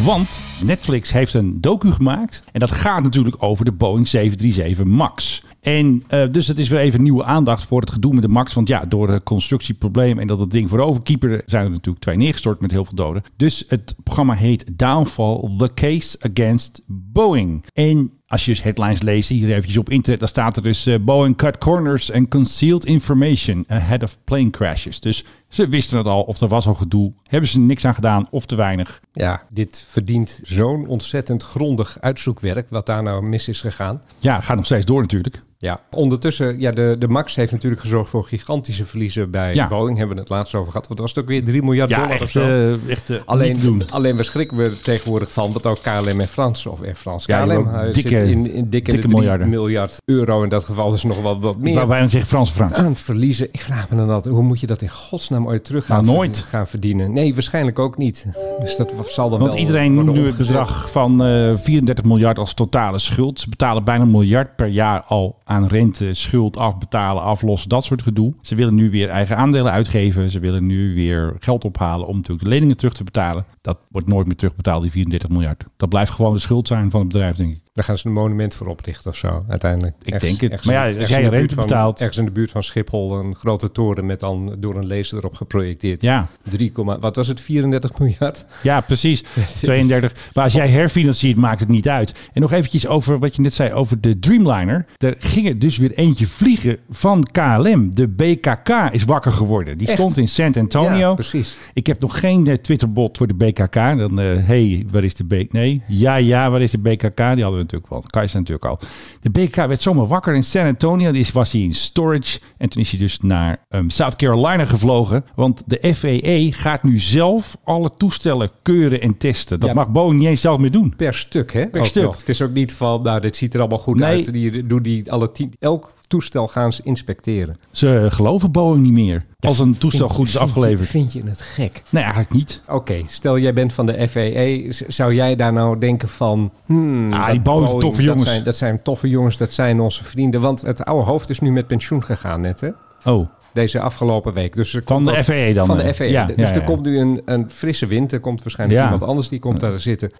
Speaker 2: Want Netflix heeft een docu gemaakt. En dat gaat natuurlijk over de Boeing 737 MAX. En eh, dus het is weer even nieuwe aandacht voor het gedoe met de MAX. Want ja, door de constructieprobleem en dat het ding voorover kieperde... zijn er natuurlijk twee neergestort met heel veel doden. Dus het programma heet Downfall, The Case Against Boeing. En als je dus headlines leest, hier eventjes op internet, dan staat er dus eh, Boeing cut corners and concealed information ahead of plane crashes. Dus ze wisten het al, of er was al gedoe. Hebben ze niks aan gedaan, of te weinig.
Speaker 3: Ja, dit verdient zo'n ontzettend grondig uitzoekwerk wat daar nou mis is gegaan.
Speaker 2: Ja, gaat nog steeds door natuurlijk.
Speaker 3: Ja, ondertussen, ja, de, de MAX heeft natuurlijk gezorgd voor gigantische verliezen bij
Speaker 2: Ja.
Speaker 3: Boeing. Hebben we het laatst over gehad. Want was het ook weer 3 miljard
Speaker 2: Ja,
Speaker 3: dollar of
Speaker 2: echt,
Speaker 3: zo?
Speaker 2: eh, echt eh,
Speaker 3: alleen,
Speaker 2: niet te doen.
Speaker 3: alleen we schrikken we er tegenwoordig van dat ook KLM en Frans of Air France.
Speaker 2: Ja,
Speaker 3: KLM
Speaker 2: joh,
Speaker 3: zit
Speaker 2: dikke-
Speaker 3: eh, in, in dikke,
Speaker 2: dikke miljarden.
Speaker 3: miljarden. miljard euro. In dat geval dus nog wat, wat
Speaker 2: Ik
Speaker 3: meer
Speaker 2: wou bijna zeggen Frans Frank.
Speaker 3: aan verliezen. Ik vraag me dan dat, hoe moet je dat in godsnaam ooit terug gaan,
Speaker 2: Nou, nooit.
Speaker 3: verdienen- gaan verdienen? Nee, waarschijnlijk ook niet. Dus dat zal dan
Speaker 2: Want
Speaker 3: wel
Speaker 2: iedereen
Speaker 3: worden
Speaker 2: noemt nu het
Speaker 3: omgezet.
Speaker 2: bedrag van eh, 34 miljard als totale schuld. Ze betalen bijna een miljard per jaar al aan rente, schuld afbetalen, aflossen, dat soort gedoe. Ze willen nu weer eigen aandelen uitgeven. Ze willen nu weer geld ophalen om natuurlijk de leningen terug te betalen. Dat wordt nooit meer terugbetaald, die 34 miljard. Dat blijft gewoon de schuld zijn van het bedrijf, denk ik.
Speaker 3: Daar gaan ze een monument voor oprichten of zo, uiteindelijk.
Speaker 2: Ik denk het. Maar ja, als jij
Speaker 3: in de
Speaker 2: rente
Speaker 3: buurt van-
Speaker 2: betaalt-
Speaker 3: Ergens in de buurt van Schiphol een grote toren met dan door een laser erop geprojecteerd.
Speaker 2: Ja.
Speaker 3: 3, wat was het, 34 miljard?
Speaker 2: Ja, precies. 32. Maar als jij herfinanciert, maakt het niet uit. En nog eventjes over wat je net zei over de Dreamliner. Er ging er dus weer eentje vliegen van KLM. De BKK is wakker geworden. Die
Speaker 3: Echt?
Speaker 2: stond in San Antonio.
Speaker 3: Ja, precies.
Speaker 2: Ik heb nog geen eh, Twitterbot voor de BKK. Dan, eh hey, waar is de BKK? Nee, ja, ja, waar is de BKK? Die hadden we natuurlijk wel. Kai is er natuurlijk al. De BKK werd zomaar wakker in San Antonio. Die is- was hij in storage. En toen is hij dus naar ehm, South Carolina gevlogen. Want de FAA gaat nu zelf alle toestellen keuren en testen. Dat
Speaker 3: Ja.
Speaker 2: mag Boeing niet eens zelf meer doen.
Speaker 3: Per stuk, hè?
Speaker 2: Per
Speaker 3: Ook
Speaker 2: stuk.
Speaker 3: nog. Het is ook niet van, nou, dit ziet er allemaal goed
Speaker 2: Nee.
Speaker 3: uit. Die, doe die alle tien, elk toestel gaan ze inspecteren.
Speaker 2: Ze geloven Boeing niet meer. Als een toestel goed is
Speaker 3: Vind je-
Speaker 2: afgeleverd.
Speaker 3: Vind je het gek?
Speaker 2: Nee, eigenlijk niet.
Speaker 3: Oké, stel jij bent van de FAA. Z- Zou jij daar nou denken van... Hmm,
Speaker 2: Ah,
Speaker 3: dat
Speaker 2: die Boeing, toffe
Speaker 3: dat
Speaker 2: jongens.
Speaker 3: Zijn, dat zijn toffe jongens, dat zijn onze vrienden. Want het oude hoofd is nu met pensioen gegaan net, hè?
Speaker 2: Oh,
Speaker 3: Deze afgelopen week. Dus er komt
Speaker 2: de
Speaker 3: ook-
Speaker 2: FAA dan,
Speaker 3: Van
Speaker 2: eh.
Speaker 3: de FAA.
Speaker 2: Ja,
Speaker 3: dus
Speaker 2: ja,
Speaker 3: er
Speaker 2: ja.
Speaker 3: komt nu een, een frisse wind. Er komt waarschijnlijk
Speaker 2: Ja.
Speaker 3: iemand anders die komt daar zitten.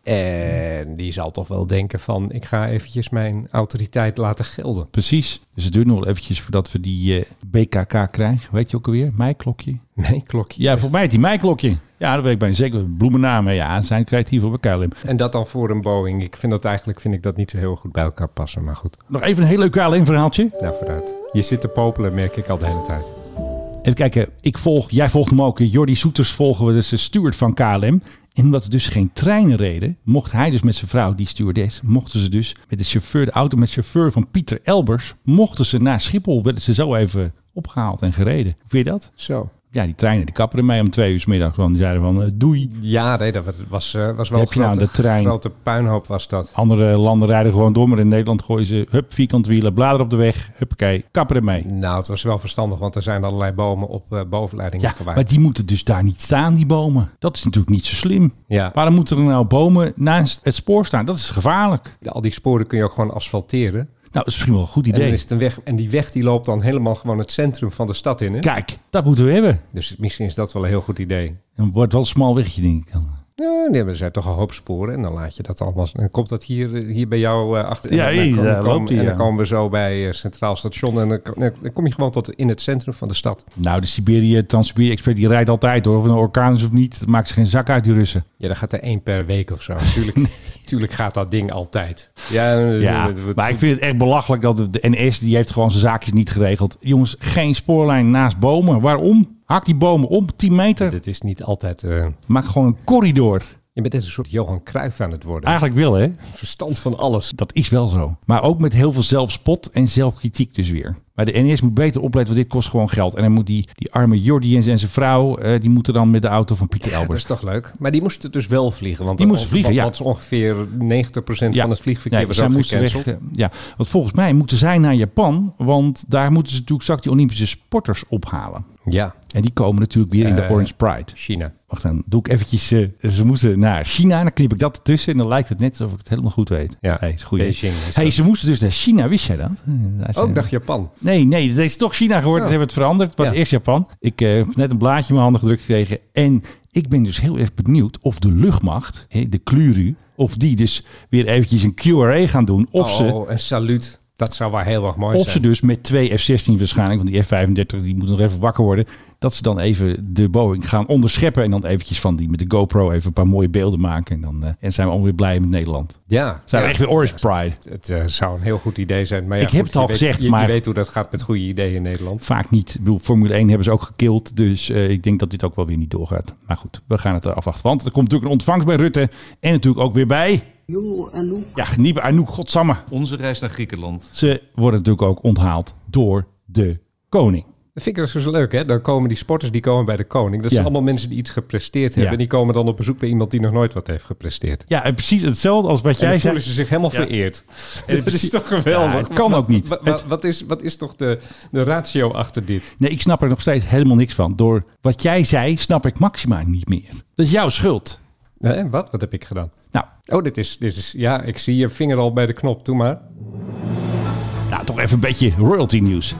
Speaker 3: En die zal toch wel denken van... Ik ga eventjes mijn autoriteit laten gelden.
Speaker 2: precies. Dus het duurt nog wel eventjes voordat we die eh, BKK krijgen. Weet je ook alweer? Meiklokje.
Speaker 3: Nee, klokje.
Speaker 2: Ja, voor mij die mijklokje. Ja, dat weet ik bijna zeker. Bloemennaam, hè. ja, zijn creatief op KLM.
Speaker 3: En dat dan voor een Boeing. Ik vind dat eigenlijk vind ik dat niet zo heel goed bij elkaar passen. Maar goed,
Speaker 2: Nog even een heel leuk KLM verhaaltje.
Speaker 3: nou vooruit. Je zit te popelen, merk ik al de hele tijd.
Speaker 2: Even kijken, ik volg, jij volgt hem ook. Jordi Soeters volgen we, dus de steward van KLM. En omdat er dus geen treinen reden, mocht hij dus met zijn vrouw, die stewardess, mochten ze dus met de chauffeur, de auto met chauffeur van Pieter Elbers, mochten ze naar Schiphol, werden ze zo even opgehaald en gereden. Hoe vind je dat?
Speaker 3: Zo.
Speaker 2: Ja, die treinen die kappen ermee om twee uur 's middags. Want die zeiden van eh, doei.
Speaker 3: Ja, nee, dat was, was, eh, was wel
Speaker 2: Heb je nou
Speaker 3: grote-
Speaker 2: de trein?
Speaker 3: grote puinhoop was dat.
Speaker 2: Andere landen rijden gewoon door, maar in Nederland gooien ze hup, vierkant wielen, bladeren op de weg, huppakee, kappen ermee.
Speaker 3: Nou, het was wel verstandig, want er zijn allerlei bomen op eh, bovenleidingen
Speaker 2: Ja,
Speaker 3: gewaaid.
Speaker 2: maar die moeten dus daar niet staan, die bomen. Dat is natuurlijk niet zo slim.
Speaker 3: Ja.
Speaker 2: Waarom moeten er nou bomen naast het spoor staan? Dat is gevaarlijk.
Speaker 3: Al die sporen kun je ook gewoon asfalteren.
Speaker 2: Nou, dat is misschien wel een goed
Speaker 3: En, dan
Speaker 2: idee.
Speaker 3: is het een weg, en die weg die loopt dan helemaal gewoon het centrum van de stad in. Hè?
Speaker 2: Kijk, dat moeten we hebben.
Speaker 3: Dus misschien is dat wel een heel goed idee.
Speaker 2: Het wordt wel een smal wegje, denk ik. dan.
Speaker 3: Ja, nee, maar er zijn toch een hoop sporen en dan laat je dat allemaal. Dan komt dat hier, eh, hier bij jou eh, achter. en
Speaker 2: Ja,
Speaker 3: dan,
Speaker 2: hier,
Speaker 3: komen-
Speaker 2: daar
Speaker 3: komen-
Speaker 2: loopt hij,
Speaker 3: en dan
Speaker 2: ja.
Speaker 3: komen we zo bij eh, Centraal Station en dan, ko- dan kom je gewoon tot in het centrum van de stad.
Speaker 2: Nou, de Siberië, Trans-Siberië-expert, die rijdt altijd hoor. Of het een orkaan is of niet, dat maakt ze geen zak uit, die Russen.
Speaker 3: Ja, dan gaat er één per week of zo. Tuurlijk, tuurlijk gaat dat ding altijd. Ja, eh,
Speaker 2: Ja,
Speaker 3: eh, wat-
Speaker 2: maar ik vind het echt belachelijk dat de NS, die heeft gewoon zijn zaakjes niet geregeld. Jongens, geen spoorlijn naast bomen. Waarom? Hak die bomen om, 10 meter.
Speaker 3: dit is niet altijd. eh,
Speaker 2: Maak gewoon een corridor.
Speaker 3: je bent net een soort Johan Cruijff aan het worden.
Speaker 2: Eigenlijk wel, hè?
Speaker 3: Verstand van alles.
Speaker 2: Dat is wel zo. Maar ook met heel veel zelfspot en zelfkritiek dus weer. Maar de NS moet beter opletten, want dit kost gewoon geld. En dan moet die, die arme Jordi en zijn zijn vrouw, eh, die moeten dan met de auto van Pieter
Speaker 3: Dat
Speaker 2: Elbers.
Speaker 3: is toch leuk? Maar die moesten dus wel vliegen. Want
Speaker 2: Die moesten
Speaker 3: want-
Speaker 2: vliegen,
Speaker 3: want- Want ongeveer 90% van het vliegverkeer
Speaker 2: Ja,
Speaker 3: was
Speaker 2: zij
Speaker 3: ook
Speaker 2: moesten
Speaker 3: gecanceld.
Speaker 2: weg, eh, ja, want volgens mij moeten zij naar Japan, want daar moeten ze natuurlijk straks die Olympische sporters ophalen.
Speaker 3: Ja,
Speaker 2: En die komen natuurlijk weer in de
Speaker 3: Eh,
Speaker 2: Orange Pride.
Speaker 3: China.
Speaker 2: Wacht, dan doe ik eventjes... eh, ze moeten naar China, dan knip ik dat ertussen... en dan lijkt het net alsof ik het helemaal goed weet.
Speaker 3: Ja,
Speaker 2: hey, is goed. hè?
Speaker 3: Beijing is
Speaker 2: hey,
Speaker 3: dat.
Speaker 2: ze moesten dus naar China, wist jij dat? Eh, daar
Speaker 3: Ook
Speaker 2: zijn-
Speaker 3: dacht Japan.
Speaker 2: Nee, nee, het is toch China geworden.
Speaker 3: Ja.
Speaker 2: Ze hebben het veranderd. Het was
Speaker 3: Ja.
Speaker 2: eerst Japan. Ik eh, heb net een blaadje in mijn handen gedrukt gekregen. En ik ben dus heel erg benieuwd of de luchtmacht, hè, de Kluru... of die dus weer eventjes een QRA gaan doen. Of
Speaker 3: oh,
Speaker 2: ze...
Speaker 3: een saluut. Dat zou wel heel erg mooi
Speaker 2: Of ze
Speaker 3: zijn.
Speaker 2: dus met twee F-16 waarschijnlijk, want die F-35 die moet nog even wakker worden. Dat ze dan even de Boeing gaan onderscheppen. En dan eventjes van die met de GoPro even een paar mooie beelden maken. En dan eh, en zijn we alweer blij met Nederland.
Speaker 3: ja,
Speaker 2: Zijn we
Speaker 3: ja.
Speaker 2: echt weer Orange Pride.
Speaker 3: Het eh, zou een heel goed idee zijn. Maar ja,
Speaker 2: Ik heb
Speaker 3: goed,
Speaker 2: het al
Speaker 3: je weet-
Speaker 2: gezegd,
Speaker 3: je,
Speaker 2: maar-
Speaker 3: Je weet hoe dat gaat met goede ideeën in Nederland.
Speaker 2: Vaak niet. Ik bedoel, Formule 1 hebben ze ook gekild. Dus eh, ik denk dat dit ook wel weer niet doorgaat. Maar goed, we gaan het eh, afwachten. Want er komt natuurlijk een ontvangst bij Rutte. En natuurlijk ook weer bij... Ja, niet bij Anouk, godsamme.
Speaker 11: Onze reis naar Griekenland.
Speaker 2: Ze worden natuurlijk ook onthaald door de koning.
Speaker 3: Dat vind ik dus leuk, hè? Dan komen die sporters, die komen bij de koning.
Speaker 2: Ja.
Speaker 3: Dat zijn allemaal mensen die iets gepresteerd hebben.
Speaker 2: Ja.
Speaker 3: En die komen dan op bezoek bij iemand die nog nooit wat heeft gepresteerd.
Speaker 2: Ja, en precies hetzelfde als wat
Speaker 3: En
Speaker 2: jij
Speaker 3: dan
Speaker 2: zei.
Speaker 3: voelen ze zich helemaal
Speaker 2: Ja.
Speaker 3: vereerd.
Speaker 2: En
Speaker 3: dat
Speaker 2: precies-
Speaker 3: is toch geweldig?
Speaker 2: Ja, het kan ook niet.
Speaker 3: Wa- wa- wat, is, wat is toch de, de ratio achter dit?
Speaker 2: Nee, ik snap er nog steeds helemaal niks van. Door wat jij zei, snap ik Maxima niet meer. Dat is jouw schuld.
Speaker 3: Hè, wat? Wat heb ik gedaan?
Speaker 2: Nou,
Speaker 3: Oh, dit is, dit is... Ja, ik zie je vinger al bij de knop. Doe maar.
Speaker 2: Dus nou toch even een beetje royalty nieuws.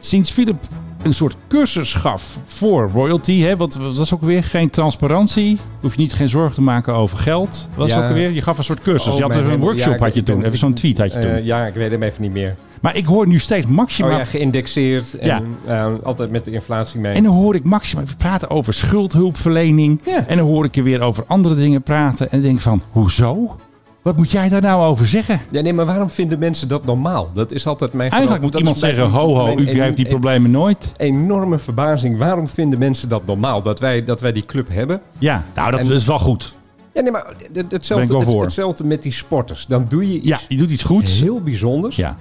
Speaker 2: Sinds Philip een soort cursus gaf voor royalty, hè, wat wat was ook weer geen transparantie, hoef je niet geen zorgen te maken over geld. Wat was
Speaker 3: Ja.
Speaker 2: ook weer? Je gaf een soort cursus.
Speaker 3: Oh,
Speaker 2: je had
Speaker 3: mijn
Speaker 2: even een
Speaker 3: hemel.
Speaker 2: workshop
Speaker 3: Ja,
Speaker 2: had je
Speaker 3: ik ben-
Speaker 2: toen, even zo'n tweet had je toen.
Speaker 3: Eh, ja, ik weet hem even niet meer.
Speaker 2: maar ik hoor nu steeds Maxima
Speaker 3: Oh ja, geïndexeerd. En,
Speaker 2: Ja.
Speaker 3: eh, altijd met de inflatie mee.
Speaker 2: En dan hoor ik Maxima praten over schuldhulpverlening.
Speaker 3: Ja.
Speaker 2: En dan hoor ik je weer over andere dingen praten. En denk van, hoezo? Wat moet jij daar nou over zeggen?
Speaker 3: Ja, nee, maar waarom vinden mensen dat normaal? Dat is altijd mijn
Speaker 2: Eigenlijk moet
Speaker 3: grote-
Speaker 2: iemand
Speaker 3: dat is
Speaker 2: zeggen,
Speaker 3: mijn-
Speaker 2: ho ho,
Speaker 3: mijn
Speaker 2: u
Speaker 3: en-
Speaker 2: heeft die
Speaker 3: en-
Speaker 2: problemen nooit.
Speaker 3: Enorme verbazing. Waarom vinden mensen dat normaal? Dat wij, dat wij die club hebben?
Speaker 2: Ja, nou dat
Speaker 3: En-
Speaker 2: is wel goed.
Speaker 3: Ja, nee, maar het- het-
Speaker 2: Ben ik wel
Speaker 3: hetzelfde, het,
Speaker 2: voor.
Speaker 3: hetzelfde met die sporters. Dan doe je
Speaker 2: Ja,
Speaker 3: iets
Speaker 2: je doet iets goeds.
Speaker 3: heel bijzonders.
Speaker 2: Ja.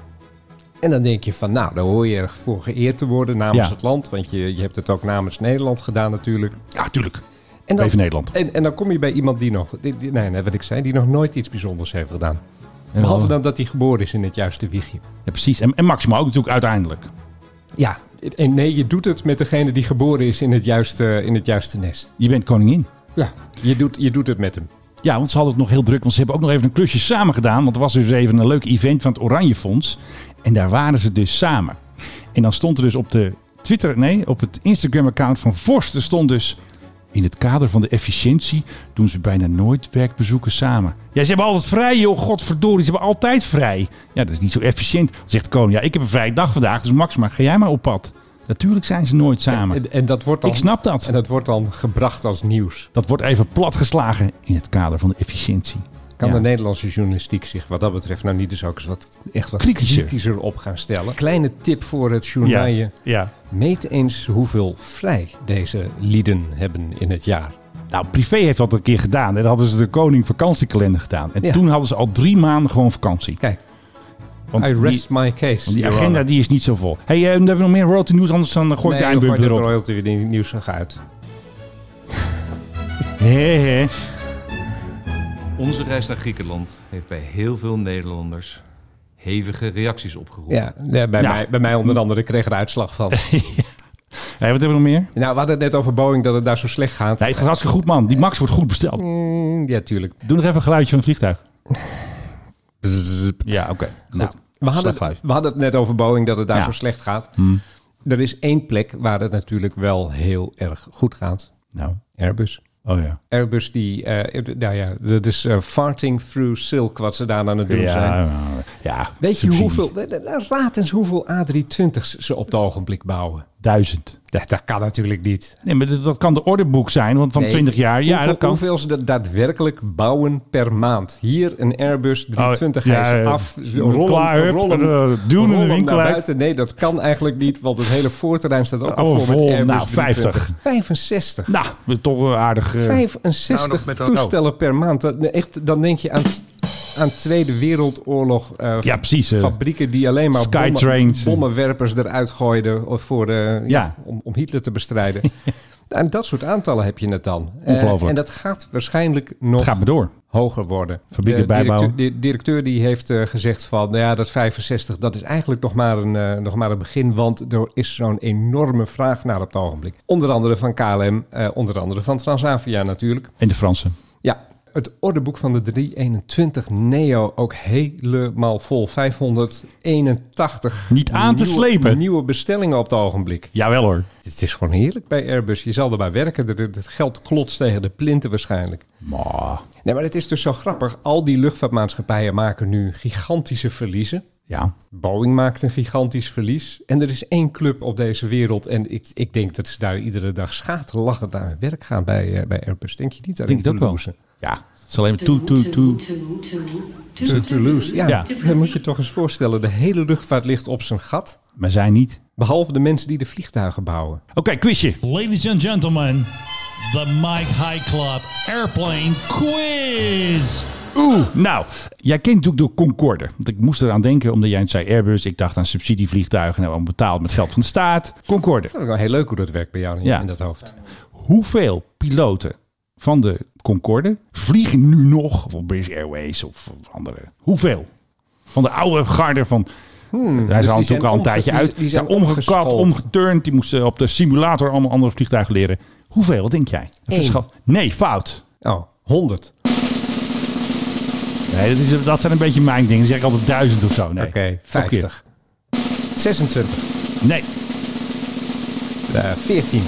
Speaker 3: En dan denk je van, nou, daar hoor je erg voor geëerd te worden namens
Speaker 2: Ja.
Speaker 3: het land. Want je, je hebt het ook namens Nederland gedaan natuurlijk.
Speaker 2: ja, tuurlijk.
Speaker 3: En dan,
Speaker 2: Even Nederland.
Speaker 3: En, en dan kom je bij iemand die nog, die- die- nee, nee, wat ik zei, die nog nooit iets bijzonders heeft gedaan.
Speaker 2: En
Speaker 3: Behalve
Speaker 2: wel-
Speaker 3: dan dat hij geboren is in het juiste wiegje.
Speaker 2: Ja, precies. En, en Maxima ook natuurlijk uiteindelijk.
Speaker 3: Ja. En nee, je doet het met degene die geboren is in het juiste, in het juiste nest.
Speaker 2: Je bent koningin.
Speaker 3: Ja. Je doet, je doet het met hem.
Speaker 2: Ja, want ze hadden het nog heel druk. Want ze hebben ook nog even een klusje samen gedaan. Want er was dus even een leuk event van het Oranje Fonds. En daar waren ze dus samen. En dan stond er dus op de Twitter, nee, op het Instagram-account van Vorst. Er stond dus. In het kader van de efficiëntie doen ze bijna nooit werkbezoeken samen. Ja, ze hebben altijd vrij, joh. Godverdorie, ze hebben altijd vrij. Ja, dat is niet zo efficiënt. Dan zegt de koning, ja, ik heb een vrije dag vandaag. Dus Max, maar ga jij maar op pad. Natuurlijk zijn ze nooit samen.
Speaker 3: En, en dat wordt dan,
Speaker 2: Ik snap dat.
Speaker 3: En dat wordt dan gebracht als nieuws.
Speaker 2: Dat wordt even platgeslagen in het kader van de efficiëntie.
Speaker 3: Kan
Speaker 2: Ja.
Speaker 3: de Nederlandse journalistiek zich wat dat betreft nou niet dus ook eens wat, echt wat
Speaker 2: Kritischer.
Speaker 3: kritischer. op gaan stellen? Kleine tip voor het journaal.
Speaker 2: ja.
Speaker 3: Meet eens hoeveel vrij deze lieden hebben in het jaar.
Speaker 2: Nou, privé heeft dat een keer gedaan. En dan hadden ze de koning vakantiekalender gedaan. En
Speaker 3: Ja.
Speaker 2: toen hadden ze al drie maanden gewoon vakantie.
Speaker 3: Kijk,
Speaker 2: Want
Speaker 3: I rest
Speaker 2: die,
Speaker 3: my case.
Speaker 2: want die
Speaker 3: Your
Speaker 2: agenda
Speaker 3: Honor.
Speaker 2: die is niet zo vol. Hey, eh, hebben we nog meer royalty nieuws? Anders dan eh, gooi ik
Speaker 3: nee,
Speaker 2: de
Speaker 3: gooi
Speaker 2: eindbumper
Speaker 3: dat
Speaker 2: erop.
Speaker 3: royalty nieuws er uit.
Speaker 2: Hé, hé.
Speaker 11: Onze reis naar Griekenland heeft bij heel veel Nederlanders hevige reacties opgeroepen.
Speaker 3: Ja, ja, bij,
Speaker 11: Ja.
Speaker 3: Mij, bij mij onder andere Ik kreeg er uitslag van.
Speaker 2: Hey, wat hebben we nog meer?
Speaker 3: Nou, we hadden het net over Boeing dat het daar zo slecht gaat.
Speaker 2: Nee, het gaat hartstikke goed, man. Die Max wordt goed besteld.
Speaker 3: Mm. ja, tuurlijk.
Speaker 2: Doe nog even een geluidje van het vliegtuig. ja, oké. Nou,
Speaker 3: We hadden,
Speaker 2: slecht geluid.
Speaker 3: we hadden het net over Boeing dat het daar
Speaker 2: Ja.
Speaker 3: zo slecht gaat.
Speaker 2: Hm.
Speaker 3: Er is één plek waar het natuurlijk wel heel erg goed gaat.
Speaker 2: Nou.
Speaker 3: Airbus.
Speaker 2: Oh ja.
Speaker 3: Airbus die, eh, het- nou ja, dat is eh, farting through silk wat ze daar aan het doen
Speaker 2: Ja,
Speaker 3: zijn.
Speaker 2: nou, ja,
Speaker 3: Weet je
Speaker 2: subsidie.
Speaker 3: hoeveel, nou, raad eens hoeveel A320's ze op het ogenblik bouwen.
Speaker 2: Duizend.
Speaker 3: Dat, dat kan natuurlijk niet.
Speaker 2: Nee, maar dat, dat kan de orderboek zijn, want van
Speaker 3: Nee,
Speaker 2: 20 jaar. Ja,
Speaker 3: hoeveel,
Speaker 2: dat kan.
Speaker 3: Hoeveel ze dat daadwerkelijk bouwen per maand. Hier een Airbus 320
Speaker 2: Oh, ja,
Speaker 3: hij is
Speaker 2: eh,
Speaker 3: af. ze
Speaker 2: klaar, hup, eh, duwen hem de
Speaker 3: rollen hem
Speaker 2: winkel
Speaker 3: naar
Speaker 2: uit.
Speaker 3: buiten. Nee, dat kan eigenlijk niet, want het hele voorterrein staat ook al
Speaker 2: Oh,
Speaker 3: vol
Speaker 2: vol.
Speaker 3: met Airbus
Speaker 2: Nou,
Speaker 3: 320.
Speaker 2: 50.
Speaker 3: 65.
Speaker 2: Nou, we toch wel aardig. eh,
Speaker 3: 65
Speaker 2: met dat-
Speaker 3: toestellen per maand. Dat, nee, echt, dan denk je aan, aan Tweede Wereldoorlog. eh,
Speaker 2: Ja, precies, eh.
Speaker 3: Fabrieken die alleen maar bommen,
Speaker 2: Skytrains. eh.
Speaker 3: bommenwerpers eruit gooiden of voor, eh, ja.
Speaker 2: Ja.
Speaker 3: om, om Hitler te bestrijden. Nou, en dat soort aantallen heb je het dan. Eh,
Speaker 2: Ongelooflijk.
Speaker 3: en dat gaat waarschijnlijk nog
Speaker 2: Het gaat maar door.
Speaker 3: hoger worden.
Speaker 2: Fabrieken
Speaker 3: de directeur,
Speaker 2: bijbouwen.
Speaker 3: de directeur die heeft eh, gezegd van, nou ja, dat 65, dat is eigenlijk nog maar, een, eh, nog maar een begin, want er is zo'n enorme vraag naar op het ogenblik. Onder andere van KLM, eh, onder andere van Transavia natuurlijk.
Speaker 2: En de Fransen.
Speaker 3: Ja, het ordeboek van de 321 Neo ook helemaal vol. 581
Speaker 2: Niet aan te
Speaker 3: nieuwe-
Speaker 2: slepen.
Speaker 3: nieuwe bestellingen op het ogenblik.
Speaker 2: Jawel hoor.
Speaker 3: Het is gewoon heerlijk bij Airbus. Je zal erbij werken. Het- Het het geld klotst tegen de plinten waarschijnlijk.
Speaker 2: Maar,
Speaker 3: Nee, maar het is dus zo grappig. Al die luchtvaartmaatschappijen maken nu gigantische verliezen.
Speaker 2: ja.
Speaker 3: Boeing maakt een gigantisch verlies. En er is één club op deze wereld. En ik, ik denk dat ze daar iedere dag schaterlachend naar hun werk gaan bij, eh, bij Airbus. Denk je niet?
Speaker 2: Ik denk het ook wel. Ja, het is alleen maar toe, toe, toe.
Speaker 3: To, Toulouse. Ja,
Speaker 2: Ja.
Speaker 3: dan moet je toch eens voorstellen. De hele luchtvaart ligt op zijn gat.
Speaker 2: Maar zij niet.
Speaker 3: Behalve de mensen die de vliegtuigen bouwen.
Speaker 2: Oké, quizje.
Speaker 15: Ladies and gentlemen, the Mike High Club Airplane Quiz.
Speaker 2: Oeh, nou, jij kent natuurlijk door Concorde. Want ik moest eraan denken, omdat jij het zei Airbus. Ik dacht aan subsidievliegtuigen, nou, allemaal betaald met geld van de staat. Concorde.
Speaker 3: Dat is wel heel leuk hoe dat werkt bij jou in,
Speaker 2: Ja.
Speaker 3: in dat hoofd.
Speaker 2: Hoeveel piloten van de Concorde vliegen nu nog? Of op British Airways of of andere. Hoeveel? Van de oude garde van... Hij is
Speaker 3: dus die
Speaker 2: al
Speaker 3: zijn
Speaker 2: natuurlijk al een
Speaker 3: omge-
Speaker 2: tijdje
Speaker 3: die-
Speaker 2: uit.
Speaker 3: die
Speaker 2: Die
Speaker 3: zijn
Speaker 2: zijn omgekapt,
Speaker 3: omgeschoold.
Speaker 2: omgeturnd. Die moesten op de simulator allemaal andere vliegtuigen leren. Hoeveel, wat denk jij?
Speaker 3: Eén.
Speaker 2: Verschat- Nee, fout.
Speaker 3: Oh, 100.
Speaker 2: Nee, dat, is, dat zijn een beetje mijn dingen. Dan zeg ik altijd duizend of zo. Nee.
Speaker 3: Oké,
Speaker 2: Nog een keer.
Speaker 3: 50. 26.
Speaker 2: Nee,
Speaker 3: Eh, 14.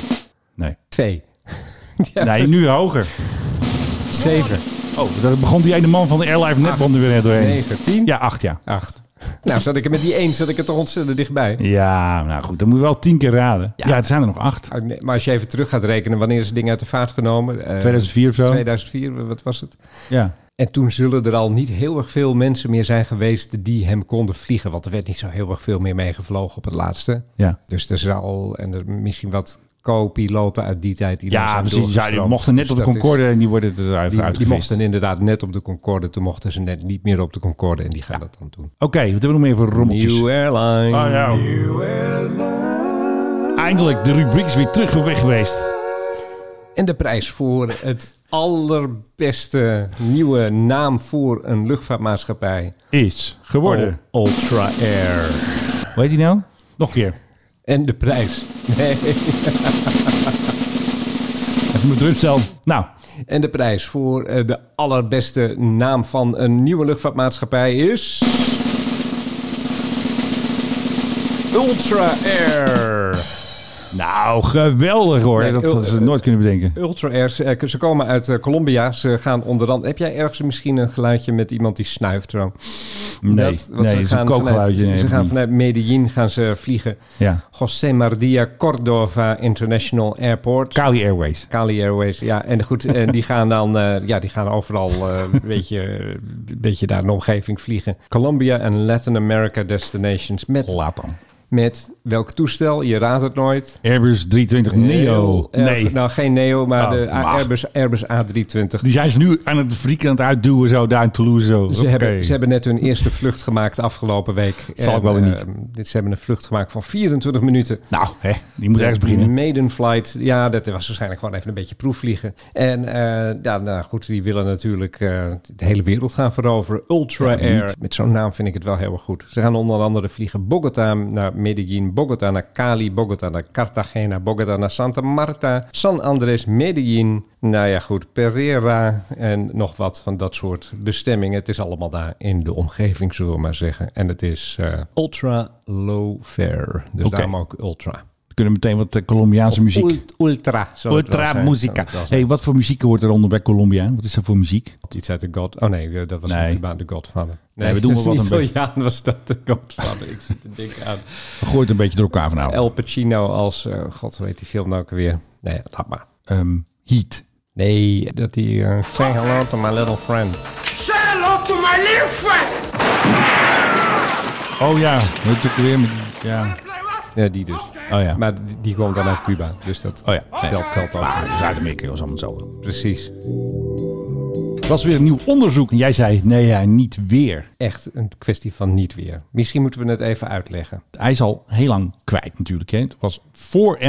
Speaker 2: nee.
Speaker 3: 2. ja,
Speaker 2: Nee, nu hoger.
Speaker 3: 7.
Speaker 2: Oh, daar begon die ene man van de Airlife netbanden weer net doorheen.
Speaker 3: 9, 10.
Speaker 2: Ja, acht ja.
Speaker 3: 8. Nou, zat ik er met die 1, zat ik er toch ontzettend dichtbij.
Speaker 2: Ja, nou goed, dan moet je wel tien keer raden. Ja, er zijn er nog acht.
Speaker 3: Ah, nee, Maar als je even terug gaat rekenen, wanneer is het ding uit de vaart genomen? Eh,
Speaker 2: 2004 of zo.
Speaker 3: 2004, wat was het?
Speaker 2: Ja.
Speaker 3: En toen zullen er al niet heel erg veel mensen meer zijn geweest die hem konden vliegen. Want er werd niet zo heel erg veel meer mee gevlogen op het laatste.
Speaker 2: Ja,
Speaker 3: Dus er zal, en er misschien wat co-piloten uit die tijd. Die daar
Speaker 2: ja
Speaker 3: zijn
Speaker 2: precies. Ja, die
Speaker 3: doorgestroomd.
Speaker 2: mochten net
Speaker 3: Dus
Speaker 2: op de
Speaker 3: dat is-
Speaker 2: Concorde en die worden er uit-
Speaker 3: die, die
Speaker 2: uitgevist.
Speaker 3: mochten inderdaad net op de Concorde. Toen mochten ze net niet meer op de Concorde. En die gaan dat dan doen.
Speaker 2: Oké, wat hebben we nog meer voor rommeltjes?
Speaker 3: New Airline.
Speaker 2: Ah, ja. Eindelijk, de rubriek is weer terug op weg geweest.
Speaker 3: En de prijs voor het allerbeste nieuwe naam voor een luchtvaartmaatschappij.
Speaker 2: Is geworden.
Speaker 3: Ul- Ultra Air.
Speaker 2: Hoe heet die nou? Nog een keer.
Speaker 3: En de prijs. Nee.
Speaker 2: Even mijn drumstel. Nou,
Speaker 3: En de prijs voor eh, de allerbeste naam van een nieuwe luchtvaartmaatschappij is... Ultra Air.
Speaker 2: nou geweldig hoor.
Speaker 3: Nee,
Speaker 2: dat
Speaker 3: Ul-
Speaker 2: hadden ze nooit kunnen bedenken.
Speaker 3: Ultra Air, ze, eh, ze komen uit eh, Colombia. Ze gaan onder andere... Heb jij ergens misschien een geluidje met iemand die snuift? Zo?
Speaker 2: Nee,
Speaker 3: want
Speaker 2: nee,
Speaker 3: ze
Speaker 2: dat is
Speaker 3: gaan
Speaker 2: een kookgeluidje. Nee,
Speaker 3: Vanuit, ze
Speaker 2: heb ik
Speaker 3: gaan
Speaker 2: niet.
Speaker 3: vanuit Medellin gaan ze vliegen.
Speaker 2: Ja.
Speaker 3: José María Cordova International Airport.
Speaker 2: Kali Airways.
Speaker 3: Kali Airways, ja. En goed, en die gaan dan eh, ja, die gaan overal eh, een beetje, een beetje daar in de omgeving vliegen. Colombia en Latin America destinations met
Speaker 2: Laat dan.
Speaker 3: met welk toestel? Je raadt het nooit.
Speaker 2: Airbus 320 Neo.
Speaker 3: Heel erg-
Speaker 2: Nee.
Speaker 3: Nou, geen Neo, maar
Speaker 2: Oh,
Speaker 3: de A-
Speaker 2: mag.
Speaker 3: Airbus, Airbus A320.
Speaker 2: Die zijn ze nu aan het frieken aan het uitduwen zo daar in Toulouse. Zo.
Speaker 3: Ze,
Speaker 2: Oké.
Speaker 3: hebben, ze hebben net hun eerste vlucht gemaakt afgelopen week.
Speaker 2: Zal ik
Speaker 3: En,
Speaker 2: wel weer niet.
Speaker 3: eh, dit, ze hebben een vlucht gemaakt van 24 minuten.
Speaker 2: Nou, hè, die moet ergens beginnen.
Speaker 3: Maiden flight. Ja, dat was waarschijnlijk gewoon even een beetje proefvliegen. En eh, ja, nou goed, die willen natuurlijk eh, de hele wereld gaan veroveren. Ultra
Speaker 2: Ja,
Speaker 3: Air.
Speaker 2: niet.
Speaker 3: Met zo'n naam vind ik het wel heel erg goed. Ze gaan onder andere vliegen Bogota naar Medellin, Bogota naar Cali, Bogota naar Cartagena, Bogota naar Santa Marta, San Andres, Medellin. Nou ja, goed, Pereira en nog wat van dat soort bestemmingen. Het is allemaal daar in de omgeving, zullen we maar zeggen. En het is eh, ultra low fare. Dus
Speaker 2: Oké.
Speaker 3: daarom ook ultra.
Speaker 2: We kunnen meteen wat eh, Colombiaanse muziek.
Speaker 3: Ult- ultra. zal het wel
Speaker 2: Ultra
Speaker 3: zijn, zal
Speaker 2: musica.
Speaker 3: het wel zijn.
Speaker 2: hey, wat voor muziek hoort eronder bij Colombia? Wat is dat voor muziek?
Speaker 3: Iets uit de God... Oh nee, eh, dat was
Speaker 2: Nee.
Speaker 3: een Cubaan, de Godfather.
Speaker 2: Nee, we doen
Speaker 3: dat
Speaker 2: wel
Speaker 3: is
Speaker 2: wat
Speaker 3: niet
Speaker 2: een beetje.
Speaker 3: Italiaan was dat de Godfather. Ik zit te denken aan
Speaker 2: We gooien het een beetje door elkaar vanavond.
Speaker 3: El Pacino als... eh, God, weet die film nou ook weer? Nee, laat maar.
Speaker 2: Ehm, heat.
Speaker 3: Nee, dat die... eh, say hello to my little friend.
Speaker 5: Say hello to my little friend!
Speaker 2: Oh ja, dat doe ik weer met... Ja.
Speaker 3: Ja, die dus.
Speaker 2: Oh ja.
Speaker 3: Maar die, die kwam dan uit Cuba. Dus dat
Speaker 2: Oh ja. Ah. Nee.
Speaker 3: telt, telt ook.
Speaker 2: Maar Zuid-Amerika was allemaal zo.
Speaker 3: Precies.
Speaker 2: Er was weer een nieuw onderzoek. En jij zei, nee, ja, niet weer.
Speaker 3: Echt een kwestie van niet weer. Misschien moeten we het even uitleggen.
Speaker 2: Hij is al heel lang kwijt natuurlijk. Hè. Het was voor MH17,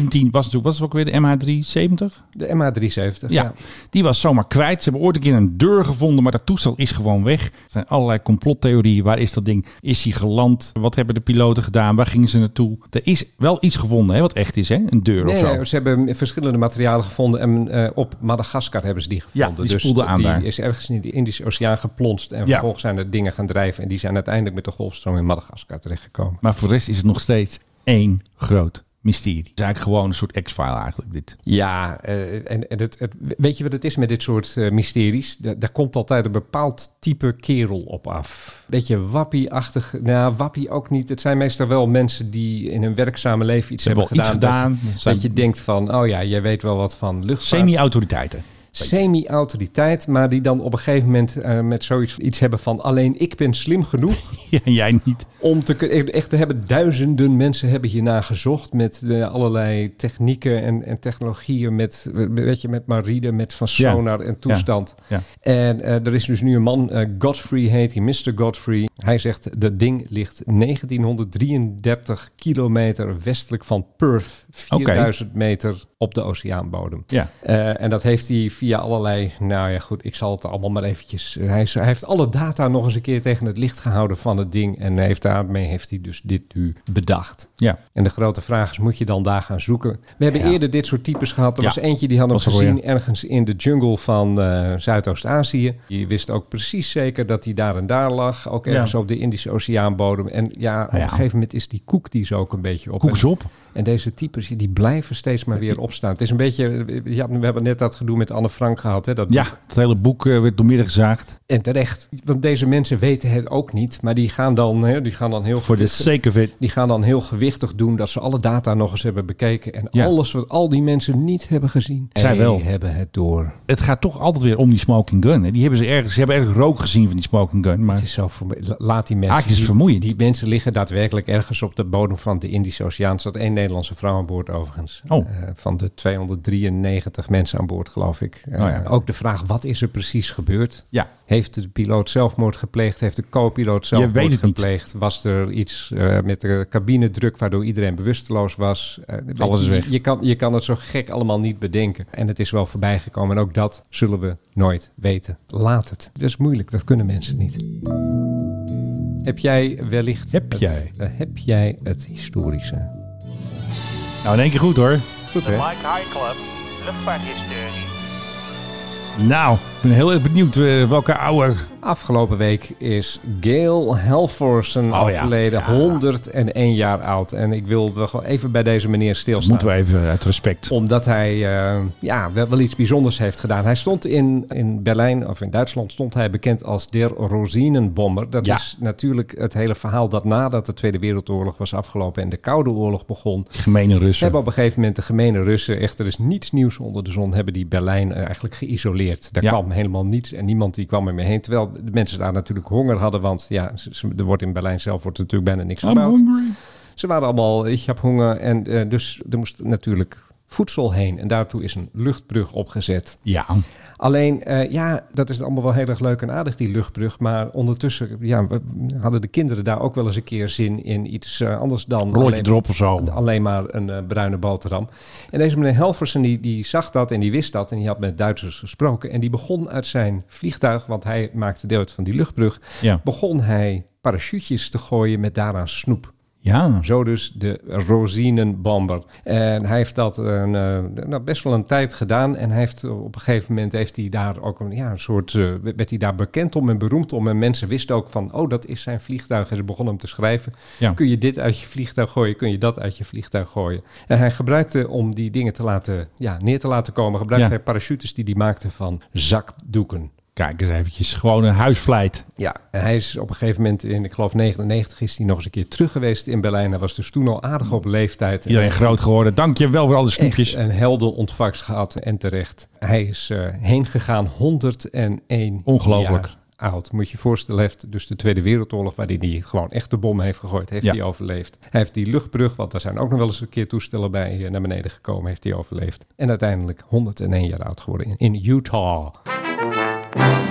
Speaker 2: was natuurlijk, was het ook weer de MH370?
Speaker 3: De MH370.
Speaker 2: Ja, die was zomaar kwijt. Ze hebben ooit een keer een deur gevonden, maar dat toestel is gewoon weg. Er zijn allerlei complottheorieën. Waar is dat ding? Is hij geland? Wat hebben de piloten gedaan? Waar gingen ze naartoe? Er is wel iets gevonden, hè, wat echt is, hè? Een deur of
Speaker 3: Nee,
Speaker 2: zo.
Speaker 3: nee, ze hebben verschillende materialen gevonden. En eh, op Madagaskar hebben ze die gevonden. Dus
Speaker 2: Ja, die spoelden aan
Speaker 3: die
Speaker 2: daar.
Speaker 3: is ergens in de Indische Oceaan geplonst. En
Speaker 2: Ja.
Speaker 3: vervolgens zijn er dingen gaan drijven. En die zijn uiteindelijk met de golfstroom in Madagaskar terechtgekomen.
Speaker 2: Maar voor de rest is het nog steeds één groot mysterie. Het is eigenlijk gewoon een soort X-file eigenlijk, dit.
Speaker 3: Ja, eh, en, en het, het- weet je wat het is met dit soort eh, mysteries? Da- daar komt altijd een bepaald type kerel op af. Beetje wappie-achtig. Nou, wappie ook niet. Het zijn meestal wel mensen die in hun werkzame leven iets
Speaker 2: Ze
Speaker 3: hebben,
Speaker 2: hebben wel iets
Speaker 3: gedaan. dat-
Speaker 2: gedaan.
Speaker 3: Dat,
Speaker 2: Ze zijn-
Speaker 3: je denkt van, oh ja, jij weet wel wat van luchtvaart.
Speaker 2: Semi-autoriteiten.
Speaker 3: semi-autoriteit, maar die dan op een gegeven moment eh, met zoiets iets hebben van alleen ik ben slim genoeg
Speaker 2: Ja, en jij niet.
Speaker 3: om te kun- echt- echt te hebben. Duizenden mensen hebben hierna gezocht met eh, allerlei technieken en, en technologieën met eh, weet je met Maride, met van
Speaker 2: Ja.
Speaker 3: sonar en toestand.
Speaker 2: Ja.
Speaker 3: En eh, er is dus nu een man, eh, Godfrey heet hij, Mr. Godfrey. Hij zegt dat ding ligt 1933 kilometer westelijk van Perth, 4000 meter op de oceaanbodem.
Speaker 2: Ja.
Speaker 3: Eh, en dat heeft hij via allerlei. Nou ja, goed, ik zal het allemaal maar eventjes. eh, Hij, is- hij heeft alle data nog eens een keer tegen het licht gehouden van het ding. En heeft daarmee heeft hij dus dit nu bedacht.
Speaker 2: Ja.
Speaker 3: En de grote vraag is: moet je dan daar gaan zoeken? We hebben
Speaker 2: Ja.
Speaker 3: eerder dit soort types gehad. Er
Speaker 2: Ja.
Speaker 3: was eentje die had hem
Speaker 2: Was er wel,
Speaker 3: gezien
Speaker 2: ja.
Speaker 3: ergens in de jungle van eh, Zuidoost-Azië. Die wist ook precies zeker dat hij daar en daar lag. Ook ergens
Speaker 2: Ja. Nou
Speaker 3: op de Indische Oceaanbodem. En ja, op
Speaker 2: ja.
Speaker 3: een gegeven moment is die koek die ze ook een beetje op.
Speaker 2: Koek is
Speaker 3: En-
Speaker 2: op.
Speaker 3: en deze types die blijven steeds maar weer opstaan. Het is een beetje, eh, ja, we hebben net dat gedoe met Anne Frank gehad. Hè, dat
Speaker 2: Ja,
Speaker 3: boek.
Speaker 2: het hele boek eh, werd doormidden gezaagd.
Speaker 3: En terecht. Want deze mensen weten het ook niet. Maar die gaan dan, hè, die gaan dan heel
Speaker 2: Voor de
Speaker 3: gewichtig-
Speaker 2: sake of it.
Speaker 3: Die gaan dan heel gewichtig doen dat ze alle data nog eens hebben bekeken. En
Speaker 2: Ja.
Speaker 3: alles wat al die mensen niet hebben gezien.
Speaker 2: Zij wel.
Speaker 3: Die hebben het door.
Speaker 2: Het gaat toch altijd weer om die smoking gun. Hè? Die hebben ze ergens, ze hebben ergens rook gezien van die smoking gun. Maar
Speaker 3: Het is zo vermo- La- Laat die mensen.
Speaker 2: Haakjes is
Speaker 3: die-
Speaker 2: vermoeiend.
Speaker 3: Die mensen liggen daadwerkelijk ergens op de bodem van de Indische Oceaan. Er zat één Nederlandse vrouw aan boord overigens.
Speaker 2: Oh.
Speaker 3: Eh, van de 293 mensen aan boord, geloof ik. Eh,
Speaker 2: Oh ja.
Speaker 3: Ook de vraag, wat is er precies gebeurd?
Speaker 2: Ja.
Speaker 3: Heeft de piloot zelfmoord gepleegd? Heeft de co-piloot zelfmoord
Speaker 2: weet het niet.
Speaker 3: gepleegd? Was er iets eh, met de cabinedruk waardoor iedereen bewusteloos was? Eh,
Speaker 2: Alles
Speaker 3: je,
Speaker 2: is weg.
Speaker 3: Je kan, je kan het zo gek allemaal niet bedenken. En het is wel voorbij gekomen. En ook dat zullen we nooit weten. Laat het. Dat is moeilijk. Dat kunnen mensen niet. Heb jij wellicht...
Speaker 2: Heb
Speaker 3: het-
Speaker 2: jij?
Speaker 3: eh, heb jij het historische?
Speaker 2: nou, in één keer goed hoor.
Speaker 3: Goed hè?
Speaker 16: Mike High Club, luchtvaarthistorie.
Speaker 2: Nou, ik ben heel erg benieuwd eh, welke oude...
Speaker 3: Afgelopen week is Gail Helforsen
Speaker 2: Oh ja.
Speaker 3: overleden,
Speaker 2: Ja.
Speaker 3: 101 jaar oud. En ik wil er gewoon even bij deze meneer
Speaker 2: Dat
Speaker 3: stilstaan.
Speaker 2: moeten we even uit respect.
Speaker 3: Omdat hij eh, ja, wel, wel iets bijzonders heeft gedaan. Hij stond in, in Berlijn, of in Duitsland, stond hij bekend als der Rosinenbomber. Dat
Speaker 2: Ja.
Speaker 3: is natuurlijk het hele verhaal dat nadat de Tweede Wereldoorlog was afgelopen en de Koude Oorlog begon,
Speaker 2: Gemene Russen.
Speaker 3: hebben op een gegeven moment de gemene Russen, echt er is niets nieuws onder de zon, hebben die Berlijn eh, eigenlijk geïsoleerd. Daar
Speaker 2: Ja.
Speaker 3: kwam helemaal niets en niemand die kwam er mee heen. Terwijl de mensen daar natuurlijk honger hadden, want ja, ze- ze- er wordt in Berlijn zelf wordt natuurlijk bijna niks
Speaker 2: I'm
Speaker 3: gebouwd.
Speaker 2: hungry.
Speaker 3: Ze waren allemaal, ik heb honger. En eh, dus er moest natuurlijk voedsel heen. En daartoe is een luchtbrug opgezet.
Speaker 2: Ja.
Speaker 3: Alleen, eh, ja, dat is allemaal wel heel erg leuk en aardig, die luchtbrug. Maar ondertussen ja, we hadden de kinderen daar ook wel eens een keer zin in iets eh, anders dan...
Speaker 2: Broodje
Speaker 3: alleen-
Speaker 2: erop of zo.
Speaker 3: Alleen maar een eh, bruine boterham. En deze meneer Helversen, die, die zag dat en die wist dat. En die had met Duitsers gesproken. En die begon uit zijn vliegtuig, want hij maakte deel uit van die luchtbrug.
Speaker 2: Ja.
Speaker 3: Begon hij parachutjes te gooien met daaraan snoep.
Speaker 2: Ja.
Speaker 3: Zo dus de rosinenbomber. En hij heeft dat een, eh, nou, best wel een tijd gedaan. En hij heeft, eh, op een gegeven moment heeft hij daar ook een, ja, een soort... eh, werd hij daar bekend om en beroemd om. En mensen wisten ook van, oh, dat is zijn vliegtuig. En ze begonnen hem te schrijven.
Speaker 2: Ja.
Speaker 3: Kun je dit uit je vliegtuig gooien? Kun je dat uit je vliegtuig gooien? En hij gebruikte, om die dingen te laten, ja, neer te laten komen... gebruikte
Speaker 2: Ja.
Speaker 3: hij parachutes die hij maakte van zakdoeken.
Speaker 2: Kijk eens eventjes, gewoon een huisvlijt.
Speaker 3: Ja, en hij is op een gegeven moment in, ik geloof 99, is hij nog eens een keer terug geweest in Berlijn. Hij was dus toen al aardig op leeftijd.
Speaker 2: Iedereen groot geworden. Dank je wel voor al de snoepjes.
Speaker 3: Echt een helder ontvangst gehad en terecht. Hij is eh, heen gegaan 101
Speaker 2: Ongelooflijk.
Speaker 3: jaar oud. Moet je je voorstellen, hij heeft dus de Tweede Wereldoorlog, waarin hij gewoon echt de bom heeft gegooid, heeft
Speaker 2: Ja.
Speaker 3: hij overleefd. Hij heeft die luchtbrug, want daar zijn ook nog wel eens een keer toestellen bij eh, naar beneden gekomen, heeft hij overleefd. En uiteindelijk 101 jaar oud geworden in, in Utah. eh.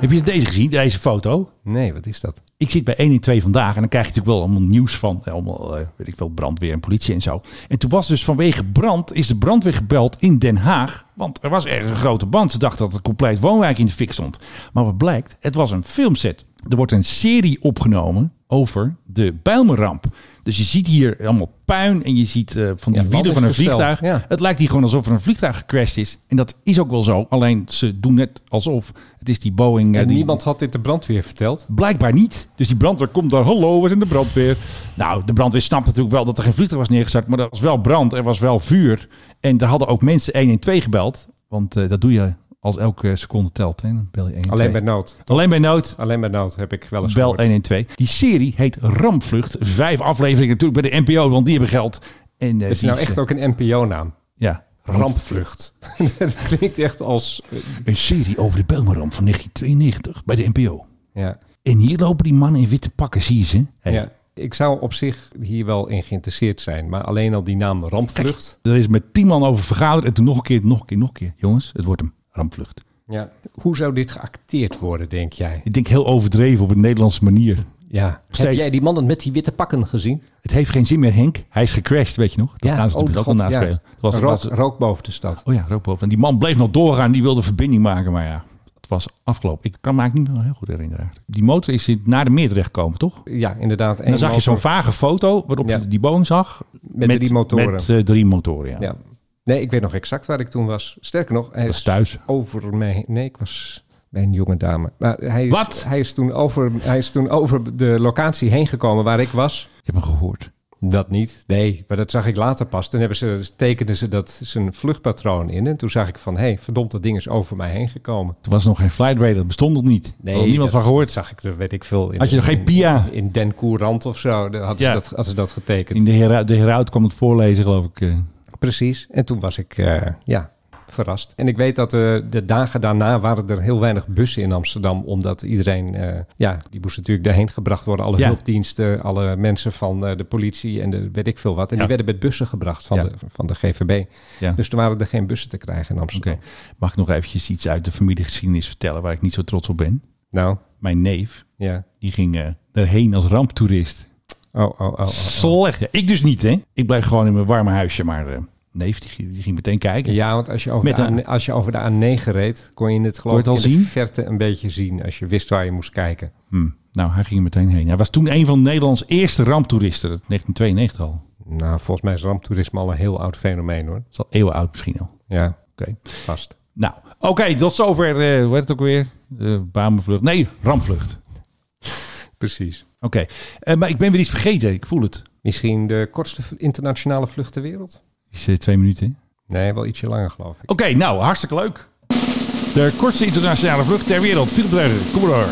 Speaker 2: Heb je deze gezien, deze foto?
Speaker 3: Nee, wat is dat?
Speaker 2: Ik zit bij 1 in 2 vandaag en dan krijg je natuurlijk wel allemaal nieuws van, eh, allemaal, eh, weet ik wel, brandweer en politie en zo. En toen was dus vanwege brand, is de brandweer gebeld in Den Haag, want er was erg een grote band. Ze dachten dat een compleet woonwijk in de fik stond. Maar wat blijkt, het was een filmset. Er wordt een serie opgenomen over de Bijlmerramp. Dus je ziet hier allemaal puin en je ziet eh, van die wielen
Speaker 3: Ja,
Speaker 2: van een
Speaker 3: landingsgestel,
Speaker 2: vliegtuig.
Speaker 3: ja.
Speaker 2: Het lijkt hier gewoon alsof er een vliegtuig gecrashed is. En dat is ook wel zo, alleen ze doen net alsof. Het is die Boeing... eh,
Speaker 3: En
Speaker 2: die-
Speaker 3: niemand had dit de brandweer verteld.
Speaker 2: Blijkbaar niet. Dus die brandweer komt daar. Hallo, we zijn de brandweer. Nou, de brandweer snapt natuurlijk wel dat er geen vliegtuig was neergestart. Maar er was wel brand, er was wel vuur. En daar hadden ook mensen 112 gebeld. Want eh, dat doe je als elke seconde telt. Hè? Dan bel je 112.
Speaker 3: Alleen bij nood.
Speaker 2: Alleen bij nood.
Speaker 3: Alleen bij nood heb ik wel eens
Speaker 2: Bel
Speaker 3: gehoord.
Speaker 2: 112. Die serie heet Rampvlucht. Vijf afleveringen natuurlijk bij de NPO, want die hebben geld. En, eh,
Speaker 3: Is
Speaker 2: die
Speaker 3: nou
Speaker 2: is,
Speaker 3: echt
Speaker 2: eh,
Speaker 3: ook een NPO-naam?
Speaker 2: Ja.
Speaker 3: Rampvlucht. dat klinkt echt als...
Speaker 2: Een serie over de Belmaramp van 1992 bij de NPO.
Speaker 3: Ja.
Speaker 2: En hier lopen die mannen in witte pakken, zie je ze. Hey,
Speaker 3: ja. Ik zou op zich hier wel in geïnteresseerd zijn. Maar alleen al die naam Rampvlucht...
Speaker 2: Er is met tien man over vergaderd. En toen nog een keer, nog een keer, nog een keer. Jongens, het wordt hem. Rampvlucht.
Speaker 3: Ja. Hoe zou dit geacteerd worden, denk jij?
Speaker 2: Ik denk heel overdreven op een Nederlandse manier.
Speaker 3: Ja. Heb
Speaker 2: Steeds-
Speaker 3: jij die mannen met die witte pakken gezien?
Speaker 2: Het heeft geen zin meer, Henk. Hij is gecrashed, weet je nog? Dat gaan ze
Speaker 3: oh
Speaker 2: natuurlijk ook
Speaker 3: god,
Speaker 2: wel
Speaker 3: ja.
Speaker 2: naspelen. Dat was,
Speaker 3: rook,
Speaker 2: was-
Speaker 3: rook boven de stad.
Speaker 2: oh ja, Rookboven. En die man bleef nog doorgaan. Die wilde verbinding maken. Maar ja, het was afgelopen. Ik kan me eigenlijk niet meer heel goed herinneren. eigenlijk. Die motor is naar de meer terechtgekomen, toch?
Speaker 3: Ja, inderdaad.
Speaker 2: En dan zag je zo'n vage foto waarop
Speaker 3: Ja.
Speaker 2: je die boom zag.
Speaker 3: Met drie motoren.
Speaker 2: Met eh, drie motoren, ja.
Speaker 3: Ja. Nee, ik weet nog exact waar ik toen was. Sterker nog, hij
Speaker 2: Was
Speaker 3: is
Speaker 2: thuis.
Speaker 3: over mij. Nee, ik was bij een jonge dame. Maar hij is,
Speaker 2: Wat?
Speaker 3: Hij is, toen over, hij is toen over de locatie heen gekomen waar ik was.
Speaker 2: Je hebt hem gehoord.
Speaker 3: Dat niet. Nee, maar dat zag ik later pas. Toen hebben ze, tekenden ze dat zijn vluchtpatroon in. En toen zag ik van, hé, hey, verdomd, dat ding is over mij heen gekomen.
Speaker 2: Toen was er nog geen flight radar. Dat bestond nog niet. Nee, had niemand
Speaker 3: dat-
Speaker 2: van
Speaker 3: dat
Speaker 2: gehoord.
Speaker 3: zag ik, dat weet ik veel. In,
Speaker 2: Had je nog geen
Speaker 3: in-
Speaker 2: PIA?
Speaker 3: In Den Courant of zo, daar hadden,
Speaker 2: Ja.
Speaker 3: ze dat, hadden ze dat getekend.
Speaker 2: In de Hera- de Heraut kwam het voorlezen, geloof ik. eh.
Speaker 3: Precies. En toen was ik, eh, ja, verrast. En ik weet dat eh, de dagen daarna waren er heel weinig bussen in Amsterdam. Omdat iedereen, eh, ja, die moest natuurlijk daarheen gebracht worden. Alle
Speaker 2: Ja.
Speaker 3: hulpdiensten, alle mensen van eh, de politie en de, weet ik veel wat. En
Speaker 2: Ja.
Speaker 3: die werden met bussen gebracht van,
Speaker 2: Ja.
Speaker 3: de, van de GVB.
Speaker 2: Ja.
Speaker 3: Dus toen waren er geen bussen te krijgen in Amsterdam.
Speaker 2: Oké. Mag ik nog eventjes iets uit de familiegeschiedenis vertellen waar ik niet zo trots op ben?
Speaker 3: Nou,
Speaker 2: Mijn neef,
Speaker 3: ja.
Speaker 2: die ging eh erheen als ramptoerist.
Speaker 3: Oh, oh, oh. oh.
Speaker 2: Slecht. Ja, Ik dus niet, hè? Ik blijf gewoon in mijn warme huisje, maar eh, neef, die, ging- die ging meteen kijken.
Speaker 3: Ja, want als je, over
Speaker 2: Met
Speaker 3: de
Speaker 2: een-
Speaker 3: A- als je over de A9 reed, kon je het geloof ik
Speaker 2: Kon je
Speaker 3: in
Speaker 2: het al
Speaker 3: de
Speaker 2: zien?
Speaker 3: verte een beetje zien. Als je wist waar je moest kijken.
Speaker 2: Hm. Nou, hij ging er meteen heen. Hij was toen een van Nederlands eerste ramptoeristen. Dat 1992 al.
Speaker 3: Nou, volgens mij is ramptoerisme al een heel oud fenomeen hoor.
Speaker 2: Dat is al eeuwen oud misschien al.
Speaker 3: Ja,
Speaker 2: Oké.
Speaker 3: vast.
Speaker 2: Nou, oké, tot zover. eh hoe heet het ook weer? Eh Bamervlucht. Nee, rampvlucht.
Speaker 3: Precies.
Speaker 2: Oké. Eh, maar ik ben weer iets vergeten. Ik voel het.
Speaker 3: Misschien de kortste v- internationale vlucht ter wereld?
Speaker 2: Is eh, twee minuten, hè?
Speaker 3: Nee, wel ietsje langer geloof ik.
Speaker 2: Oké, nou, hartstikke leuk. De kortste internationale vlucht ter wereld. Philip Dreuger, kom maar door.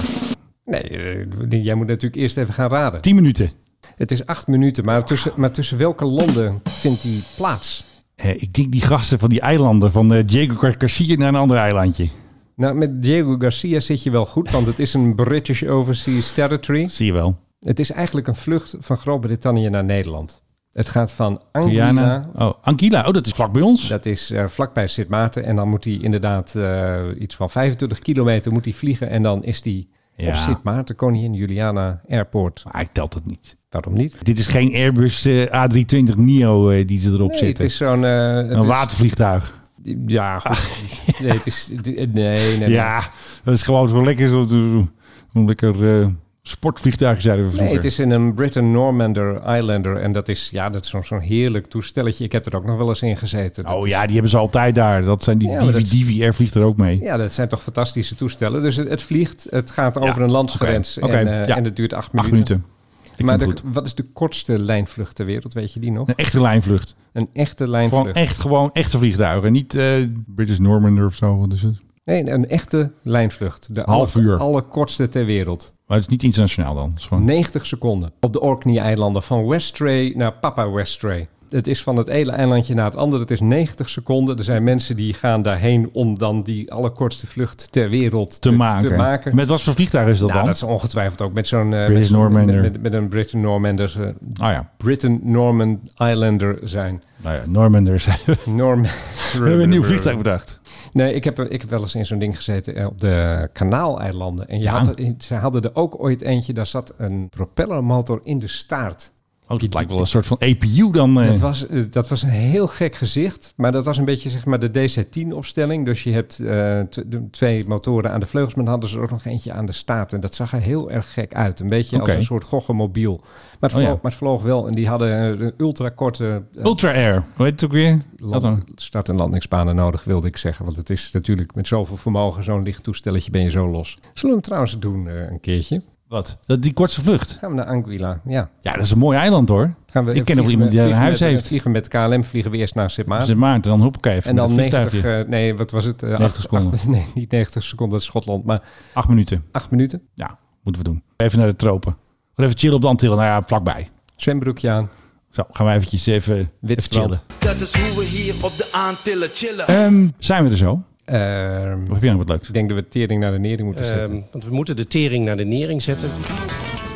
Speaker 3: Nee, eh, jij moet natuurlijk eerst even gaan raden.
Speaker 2: 10 minuten.
Speaker 3: Het is acht minuten, maar tussen, maar tussen welke landen vindt die plaats?
Speaker 2: Eh, ik denk die gasten van die eilanden, van eh, Diego Gar- Garcia naar een ander eilandje.
Speaker 3: Nou, met Diego Garcia zit je wel goed, want het is een British Overseas Territory.
Speaker 2: Zie je wel.
Speaker 3: Het is eigenlijk een vlucht van Groot-Brittannië naar Nederland. Het gaat van Anguilla.
Speaker 2: Guyana. Oh, Anguilla. Oh, dat is vlak bij ons.
Speaker 3: Dat is eh, vlakbij Sint Maarten. En dan moet hij inderdaad eh, iets van 25 kilometer moet hij vliegen. En dan is hij
Speaker 2: Ja.
Speaker 3: op Sint Maarten, Koningin Juliana Airport.
Speaker 2: Maar hij telt het niet.
Speaker 3: Waarom niet?
Speaker 2: Dit is geen Airbus eh, A320 Neo eh, die ze erop
Speaker 3: Nee, het
Speaker 2: zetten.
Speaker 3: is zo'n... eh, het
Speaker 2: een
Speaker 3: is-
Speaker 2: watervliegtuig.
Speaker 3: Ja, goed. nee, het is... Nee, nee, nee.
Speaker 2: Ja, dat is gewoon zo lekker zo, zo- zo'n lekker eh sportvliegtuig zeiden we
Speaker 3: Nee,
Speaker 2: vroeger.
Speaker 3: het is in een Britain Normander Islander. En dat is, ja, dat is zo'n zo'n heerlijk toestelletje. Ik heb er ook nog wel eens in gezeten. Dat
Speaker 2: Oh
Speaker 3: is-
Speaker 2: ja, die hebben ze altijd daar. Dat zijn die
Speaker 3: Ja, maar
Speaker 2: Divi
Speaker 3: dat-
Speaker 2: Divi Air vliegt er ook mee.
Speaker 3: Ja, dat zijn toch fantastische toestellen. Dus het, het vliegt, het gaat over een landsgrens.
Speaker 2: oké,
Speaker 3: en, eh,
Speaker 2: ja.
Speaker 3: en het duurt acht
Speaker 2: Acht
Speaker 3: minuten.
Speaker 2: minuten. Ik
Speaker 3: maar
Speaker 2: vind het
Speaker 3: de- wat is de kortste lijnvlucht ter wereld? Weet je die nog?
Speaker 2: Een echte lijnvlucht.
Speaker 3: Een echte
Speaker 2: Gewoon
Speaker 3: lijnvlucht.
Speaker 2: echt, gewoon echte vliegtuigen. Niet eh, British Normander of zo. Wat is het?
Speaker 3: Nee, een echte lijnvlucht. De
Speaker 2: Half
Speaker 3: aller-
Speaker 2: uur.
Speaker 3: allerkortste ter wereld.
Speaker 2: Maar het is niet internationaal dan. Het is gewoon
Speaker 3: 90 seconden. Op de Orkney-eilanden van Westray naar Papa Westray. Het is van het ene eilandje naar het andere. Het is 90 seconden. Er zijn mensen die gaan daarheen om dan die allerkortste vlucht ter wereld te,
Speaker 2: te, maken.
Speaker 3: Te maken.
Speaker 2: Met wat voor vliegtuig is dat
Speaker 3: nou,
Speaker 2: dan?
Speaker 3: dat is ongetwijfeld ook met zo'n... eh,
Speaker 2: British
Speaker 3: met zo'n-
Speaker 2: Normander.
Speaker 3: Met, met een Britain Normander. eh,
Speaker 2: Oh ja.
Speaker 3: Britain Norman Islander zijn.
Speaker 2: Nou ja, Normander zijn we.
Speaker 3: Norm...
Speaker 2: We hebben een nieuw vliegtuig bedacht.
Speaker 3: Nee, ik heb, ik heb wel eens in zo'n ding gezeten eh, op de Kanaaleilanden. En je
Speaker 2: Ja.
Speaker 3: had er- ze hadden er ook ooit eentje, daar zat een propellermotor in de staart.
Speaker 2: Oh, dat lijkt wel een soort van APU dan. eh.
Speaker 3: Dat was, eh, dat was een heel gek gezicht, maar dat was een beetje zeg maar de DC-10-opstelling. Dus je hebt eh, tw- de- twee motoren aan de vleugels, maar dan hadden ze er ook nog eentje aan de staart. En dat zag er heel erg gek uit. Een beetje
Speaker 2: Oké.
Speaker 3: als een soort gochemobiel. Maar het,
Speaker 2: Oh, ja.
Speaker 3: vloog, maar het vloog wel en die hadden eh, een ultrakorte... eh,
Speaker 2: Ultra Air. Hoe heet het ook weer? Dat dan.
Speaker 3: land- start- en landingsbanen nodig, wilde ik zeggen. Want het is natuurlijk met zoveel vermogen, zo'n licht toestelletje ben je zo los. Zullen we hem trouwens doen eh, een keertje?
Speaker 2: Wat? Dat, die kortste vlucht.
Speaker 3: Gaan we naar Anguilla, ja.
Speaker 2: Ja, dat is een mooi eiland hoor.
Speaker 3: Gaan we
Speaker 2: Ik ken nog
Speaker 3: vliegen
Speaker 2: iemand die
Speaker 3: met-
Speaker 2: daar een huis
Speaker 3: vliegen met-
Speaker 2: heeft.
Speaker 3: Vliegen met KLM, vliegen we eerst naar Sint Maarten.
Speaker 2: Sint Maarten, dan hoppakee. even
Speaker 3: En
Speaker 2: met
Speaker 3: dan
Speaker 2: het
Speaker 3: 90,
Speaker 2: vliegtuigje.
Speaker 3: eh, nee, wat was het? Eh,
Speaker 2: 90
Speaker 3: acht- acht-
Speaker 2: seconden.
Speaker 3: nee, niet 90 seconden, dat is Schotland, maar
Speaker 2: Acht minuten.
Speaker 3: 8 minuten.
Speaker 2: Ja, moeten we doen. Even naar de tropen. Gewoon even chillen op de Antillen. Nou ja, vlakbij.
Speaker 3: Zwembroekje aan,
Speaker 2: Zo, gaan we eventjes even,
Speaker 3: wit
Speaker 2: even chillen.
Speaker 3: strand.
Speaker 17: Dat is hoe we hier op de aantillen chillen.
Speaker 2: Ehm, zijn we er zo?
Speaker 3: Ehm,
Speaker 2: Of heb jij nog wat leuks?
Speaker 3: ik denk dat we tering naar de nering moeten zetten.
Speaker 18: Ehm, want we moeten de tering naar de nering zetten.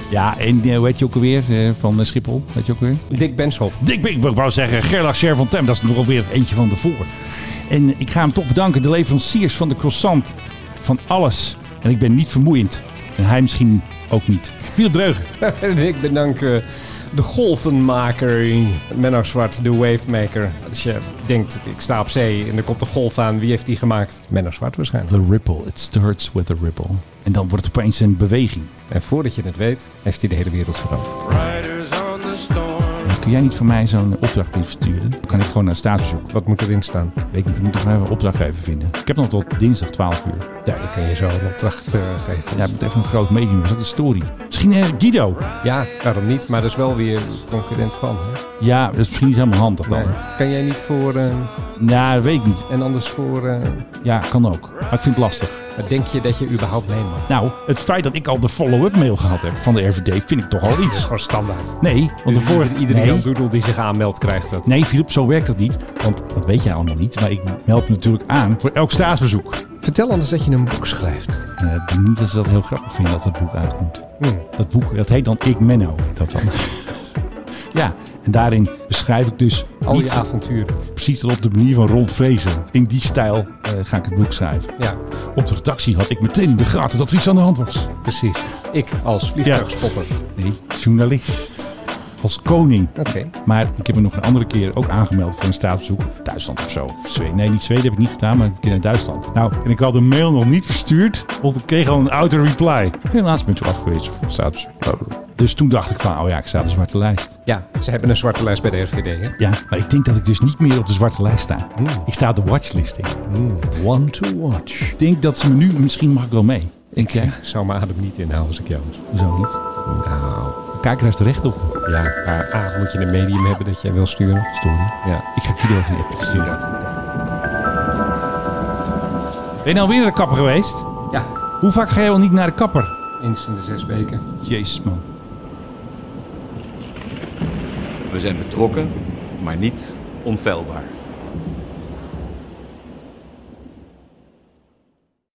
Speaker 2: Ja, en eh, hoe heet je ook alweer? eh, van eh, Schiphol, weet je ook alweer?
Speaker 3: Dick Benschop.
Speaker 2: Dick Bink, ik wou zeggen Gerlach Sher van Tem. Dat is nog alweer eentje van tevoren. En eh, ik ga hem toch bedanken, de leveranciers van de croissant. Van alles. En ik ben niet vermoeiend. En hij misschien ook niet. Philip Dreugen.
Speaker 3: En ik bedank eh, de golvenmaker, Menno Zwart, de wavemaker. Als je denkt, ik sta op zee en er komt een golf aan, wie heeft die gemaakt? Menno Zwart waarschijnlijk.
Speaker 2: The ripple. It starts with a ripple. En dan wordt het opeens een beweging.
Speaker 3: En voordat je het weet, heeft hij de hele wereld veranderd.
Speaker 1: Riders on the storm.
Speaker 2: Ja, kun jij niet voor mij zo'n opdracht versturen? Dan kan ik gewoon naar het staatsbezoek.
Speaker 3: Wat moet erin staan?
Speaker 2: Ik, ik moet toch even een opdrachtgever vinden. Ik heb nog tot dinsdag 12 uur.
Speaker 3: Ja, ik kan je zo een opdracht eh,
Speaker 2: Ja,
Speaker 3: geven. Ja,
Speaker 2: ik moet even een groot medium. Dat is ook een story. Misschien eh, Guido.
Speaker 3: waarom niet? Maar dat is wel weer concurrent van. Hè?
Speaker 2: Ja, dat is misschien niet helemaal handig dan.
Speaker 3: Nee. Kan jij niet voor... eh,
Speaker 2: Nou, dat weet ik niet.
Speaker 3: en anders voor... eh,
Speaker 2: Ja, kan ook. Maar ik vind het lastig.
Speaker 3: wat denk je dat je überhaupt mee mag?
Speaker 2: Nou, het feit dat ik al de follow-up mail gehad heb van de RVD vind ik toch al iets.
Speaker 3: Gewoon standaard.
Speaker 2: Nee, want de vorige...
Speaker 3: Ieder- Iedereen
Speaker 2: nee,
Speaker 3: nee. doedel die zich aanmeldt krijgt dat.
Speaker 2: nee, Filip, zo werkt dat niet. Want dat weet jij allemaal niet. Maar ik meld me natuurlijk aan voor elk staatsbezoek.
Speaker 3: Vertel anders dat je een boek schrijft.
Speaker 2: Eh, Ik denk niet dat ze dat heel grappig vinden dat dat boek uitkomt.
Speaker 3: Hmm.
Speaker 2: Dat boek, dat heet dan Ik Menno, heet dat dan. ja, en daarin beschrijf ik dus
Speaker 3: Al
Speaker 2: niet
Speaker 3: je avonturen.
Speaker 2: precies op de manier van Ron Vrezen. In die stijl eh, ga ik het boek schrijven.
Speaker 3: Ja,
Speaker 2: Op de redactie had ik meteen in de gaten dat er iets aan de hand was.
Speaker 3: precies. Ik als vliegtuigspotter.
Speaker 2: Nee, journalist. Als koning.
Speaker 3: Oké.
Speaker 2: Maar ik heb me nog een andere keer ook aangemeld voor een staatsbezoek. Of Duitsland of zo. Of Zweden. Nee, niet Zweden heb ik niet gedaan, maar een keer naar Duitsland. Nou, en ik had de mail nog niet verstuurd. Of ik kreeg al een auto-reply. Helaas ben ik toen afgewezen voor een staatsbezoek. Dus toen dacht ik van, oh ja, ik sta op de zwarte lijst.
Speaker 3: Ja, ze hebben een zwarte lijst bij de RVD. Hè?
Speaker 2: Ja, maar ik denk dat ik dus niet meer op de zwarte lijst sta. Ik sta op de watchlist, denk ik.
Speaker 3: One to watch.
Speaker 2: Ik denk dat ze me nu, misschien mag ik wel mee. Denk jij?
Speaker 3: Zou mijn adem niet inhalen als ik jou was.
Speaker 2: Zo niet.
Speaker 3: Nou,
Speaker 2: De kijker heeft er recht op.
Speaker 3: ja. maar A, moet je een medium hebben dat jij wil sturen.
Speaker 2: Story.
Speaker 3: Ja.
Speaker 2: Ik ga Guido even een appje sturen. Ben je nou weer naar de kapper geweest?
Speaker 3: Ja,
Speaker 2: Hoe vaak ga je wel niet naar de kapper?
Speaker 3: eens in de zes weken.
Speaker 2: Jezus man.
Speaker 11: We zijn betrokken, maar niet onfeilbaar.